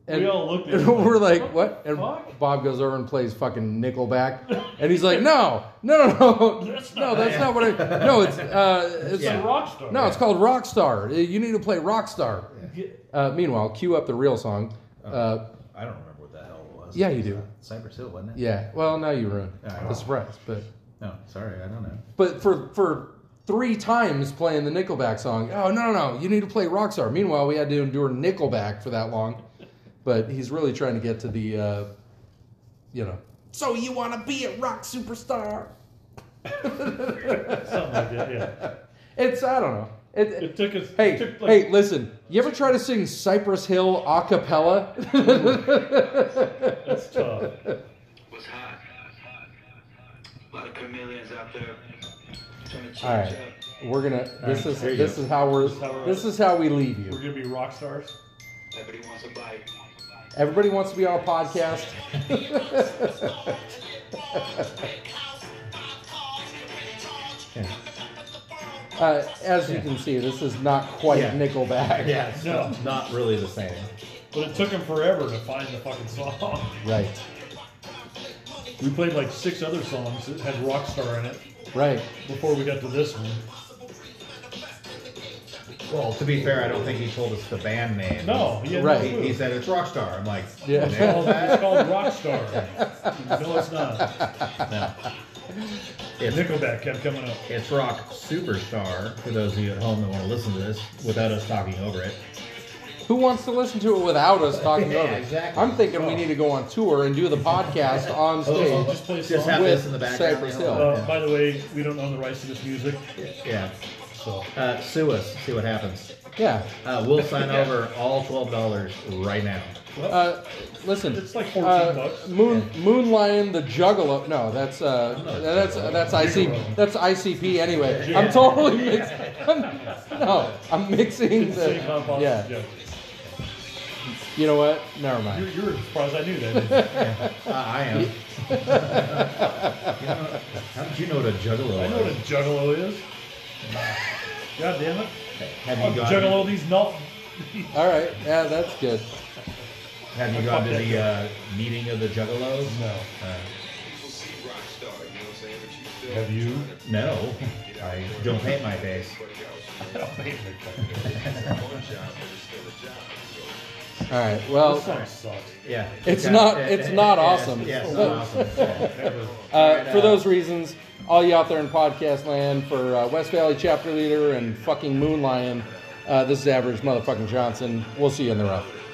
S1: And
S2: We all looked at
S1: and
S2: him
S1: we're
S2: like,
S1: like,
S2: "What
S1: "What?"
S2: the
S1: And
S2: fuck?"
S1: Bob goes over and plays fucking Nickelback, and he's like, "No, no, no, no,
S2: That's
S1: no,
S2: not
S1: that's
S2: it.
S1: not what I. No, it's uh, it's
S2: It's a rock star.
S1: no, it's called Rockstar. You need to play Rockstar."
S2: Get-
S1: Uh, meanwhile, cue up the real song. Uh,
S3: I don't remember what the hell it was.
S1: Yeah, you do.
S3: Cypress Hill, wasn't it?
S1: yeah. Well, now you ruined
S3: Yeah.
S1: the surprise, but.
S3: No, sorry, I don't know.
S1: But for for three times playing the Nickelback song, oh no no no, you need to play Rockstar. Meanwhile, we had to endure Nickelback for that long. But he's really trying to get to the, uh, you know. So you want to be a rock superstar?
S2: something like that. Yeah.
S1: It's I don't know. It,
S2: It took us.
S1: hey,
S2: it took
S1: hey, listen. You ever try to sing Cypress Hill a cappella?
S2: That's tough.
S6: What's hot? A lot of chameleons out there trying to change
S1: All right,
S6: up.
S1: we're gonna. This is
S2: there you
S1: this
S2: go.
S1: is how we're.
S2: This is how we're-
S1: This is how we leave
S2: We're
S1: you.
S2: gonna be rock stars.
S6: Everybody wants a bite.
S1: Everybody wants to be on a podcast. Uh, as you can see, this is not quite
S3: Yeah.
S1: Nickelback.
S3: Yeah, it's
S2: No.
S3: not really the same.
S2: But it took him forever to find the fucking song.
S1: Right.
S2: We played like six other songs that had rock star in it
S1: Right.
S2: before we got to this one.
S3: Well, to be fair, I don't think he told us the band name.
S2: No, he had
S1: Right.
S2: no
S3: He,
S2: clue.
S3: he said it's Rockstar. I'm like,
S1: Yeah.
S3: "Nailed
S2: Well,
S3: that."
S2: it's called Rockstar. No, it's not.
S3: It's,
S2: Nickelback kept coming up.
S3: it's Rock Superstar, for those of you at home that want to listen to this without us talking over it.
S1: Who wants to listen to it without us talking
S3: Yeah,
S1: over? it?
S3: exactly.
S1: I'm thinking we need to go on tour and do the podcast on
S3: Oh,
S1: stage.
S2: Just play
S3: Just
S2: songs.
S3: have this in the
S1: With
S3: background.
S1: Cypress
S3: you know?
S1: Hill.
S2: Uh, by the way, we don't own the rights to this music,
S3: Yeah.
S2: so
S3: Uh, sue us. See what happens.
S1: Yeah.
S3: Uh, we'll sign over all twelve dollars right now.
S1: Uh, listen.
S2: it's like 14
S1: Uh,
S2: bucks.
S1: Moon Moonlion the Juggalo. No, that's
S3: Oh,
S1: uh, that's that's IC that's ICP anyway. I'm totally mixing. no, I'm mixing the.
S2: Same compound.
S1: Yeah,
S2: yeah.
S1: you know what? Never
S2: You're,
S1: mind.
S2: you're surprised I knew that.
S3: Uh, I am. you know, how did you know what a juggalo
S2: I know what a
S3: was?
S2: juggalo is. God damn it.
S3: Have
S2: I'm
S3: you gone?
S2: juggalo these nuts.
S1: All right. Yeah, that's good.
S3: Have you gone to the uh, meeting of the juggalos?
S2: No.
S6: People see rock star, you know what I'm saying? But you still
S2: Have you?
S3: No, I don't paint my face.
S6: everybody else.
S1: All right.
S2: This
S1: Well,
S2: song sucks.
S3: Yeah, Uh,
S1: It's
S3: Yeah,
S1: not-
S3: yeah,
S1: it's
S3: yeah,
S1: not
S3: yeah,
S1: awesome.
S3: Yeah, it's not awesome.
S1: uh, for those reasons, all you out there in podcast land, for uh, West Valley chapter leader and fucking Moonlion, uh, this is average motherfucking Johnson. We'll see you in the rough.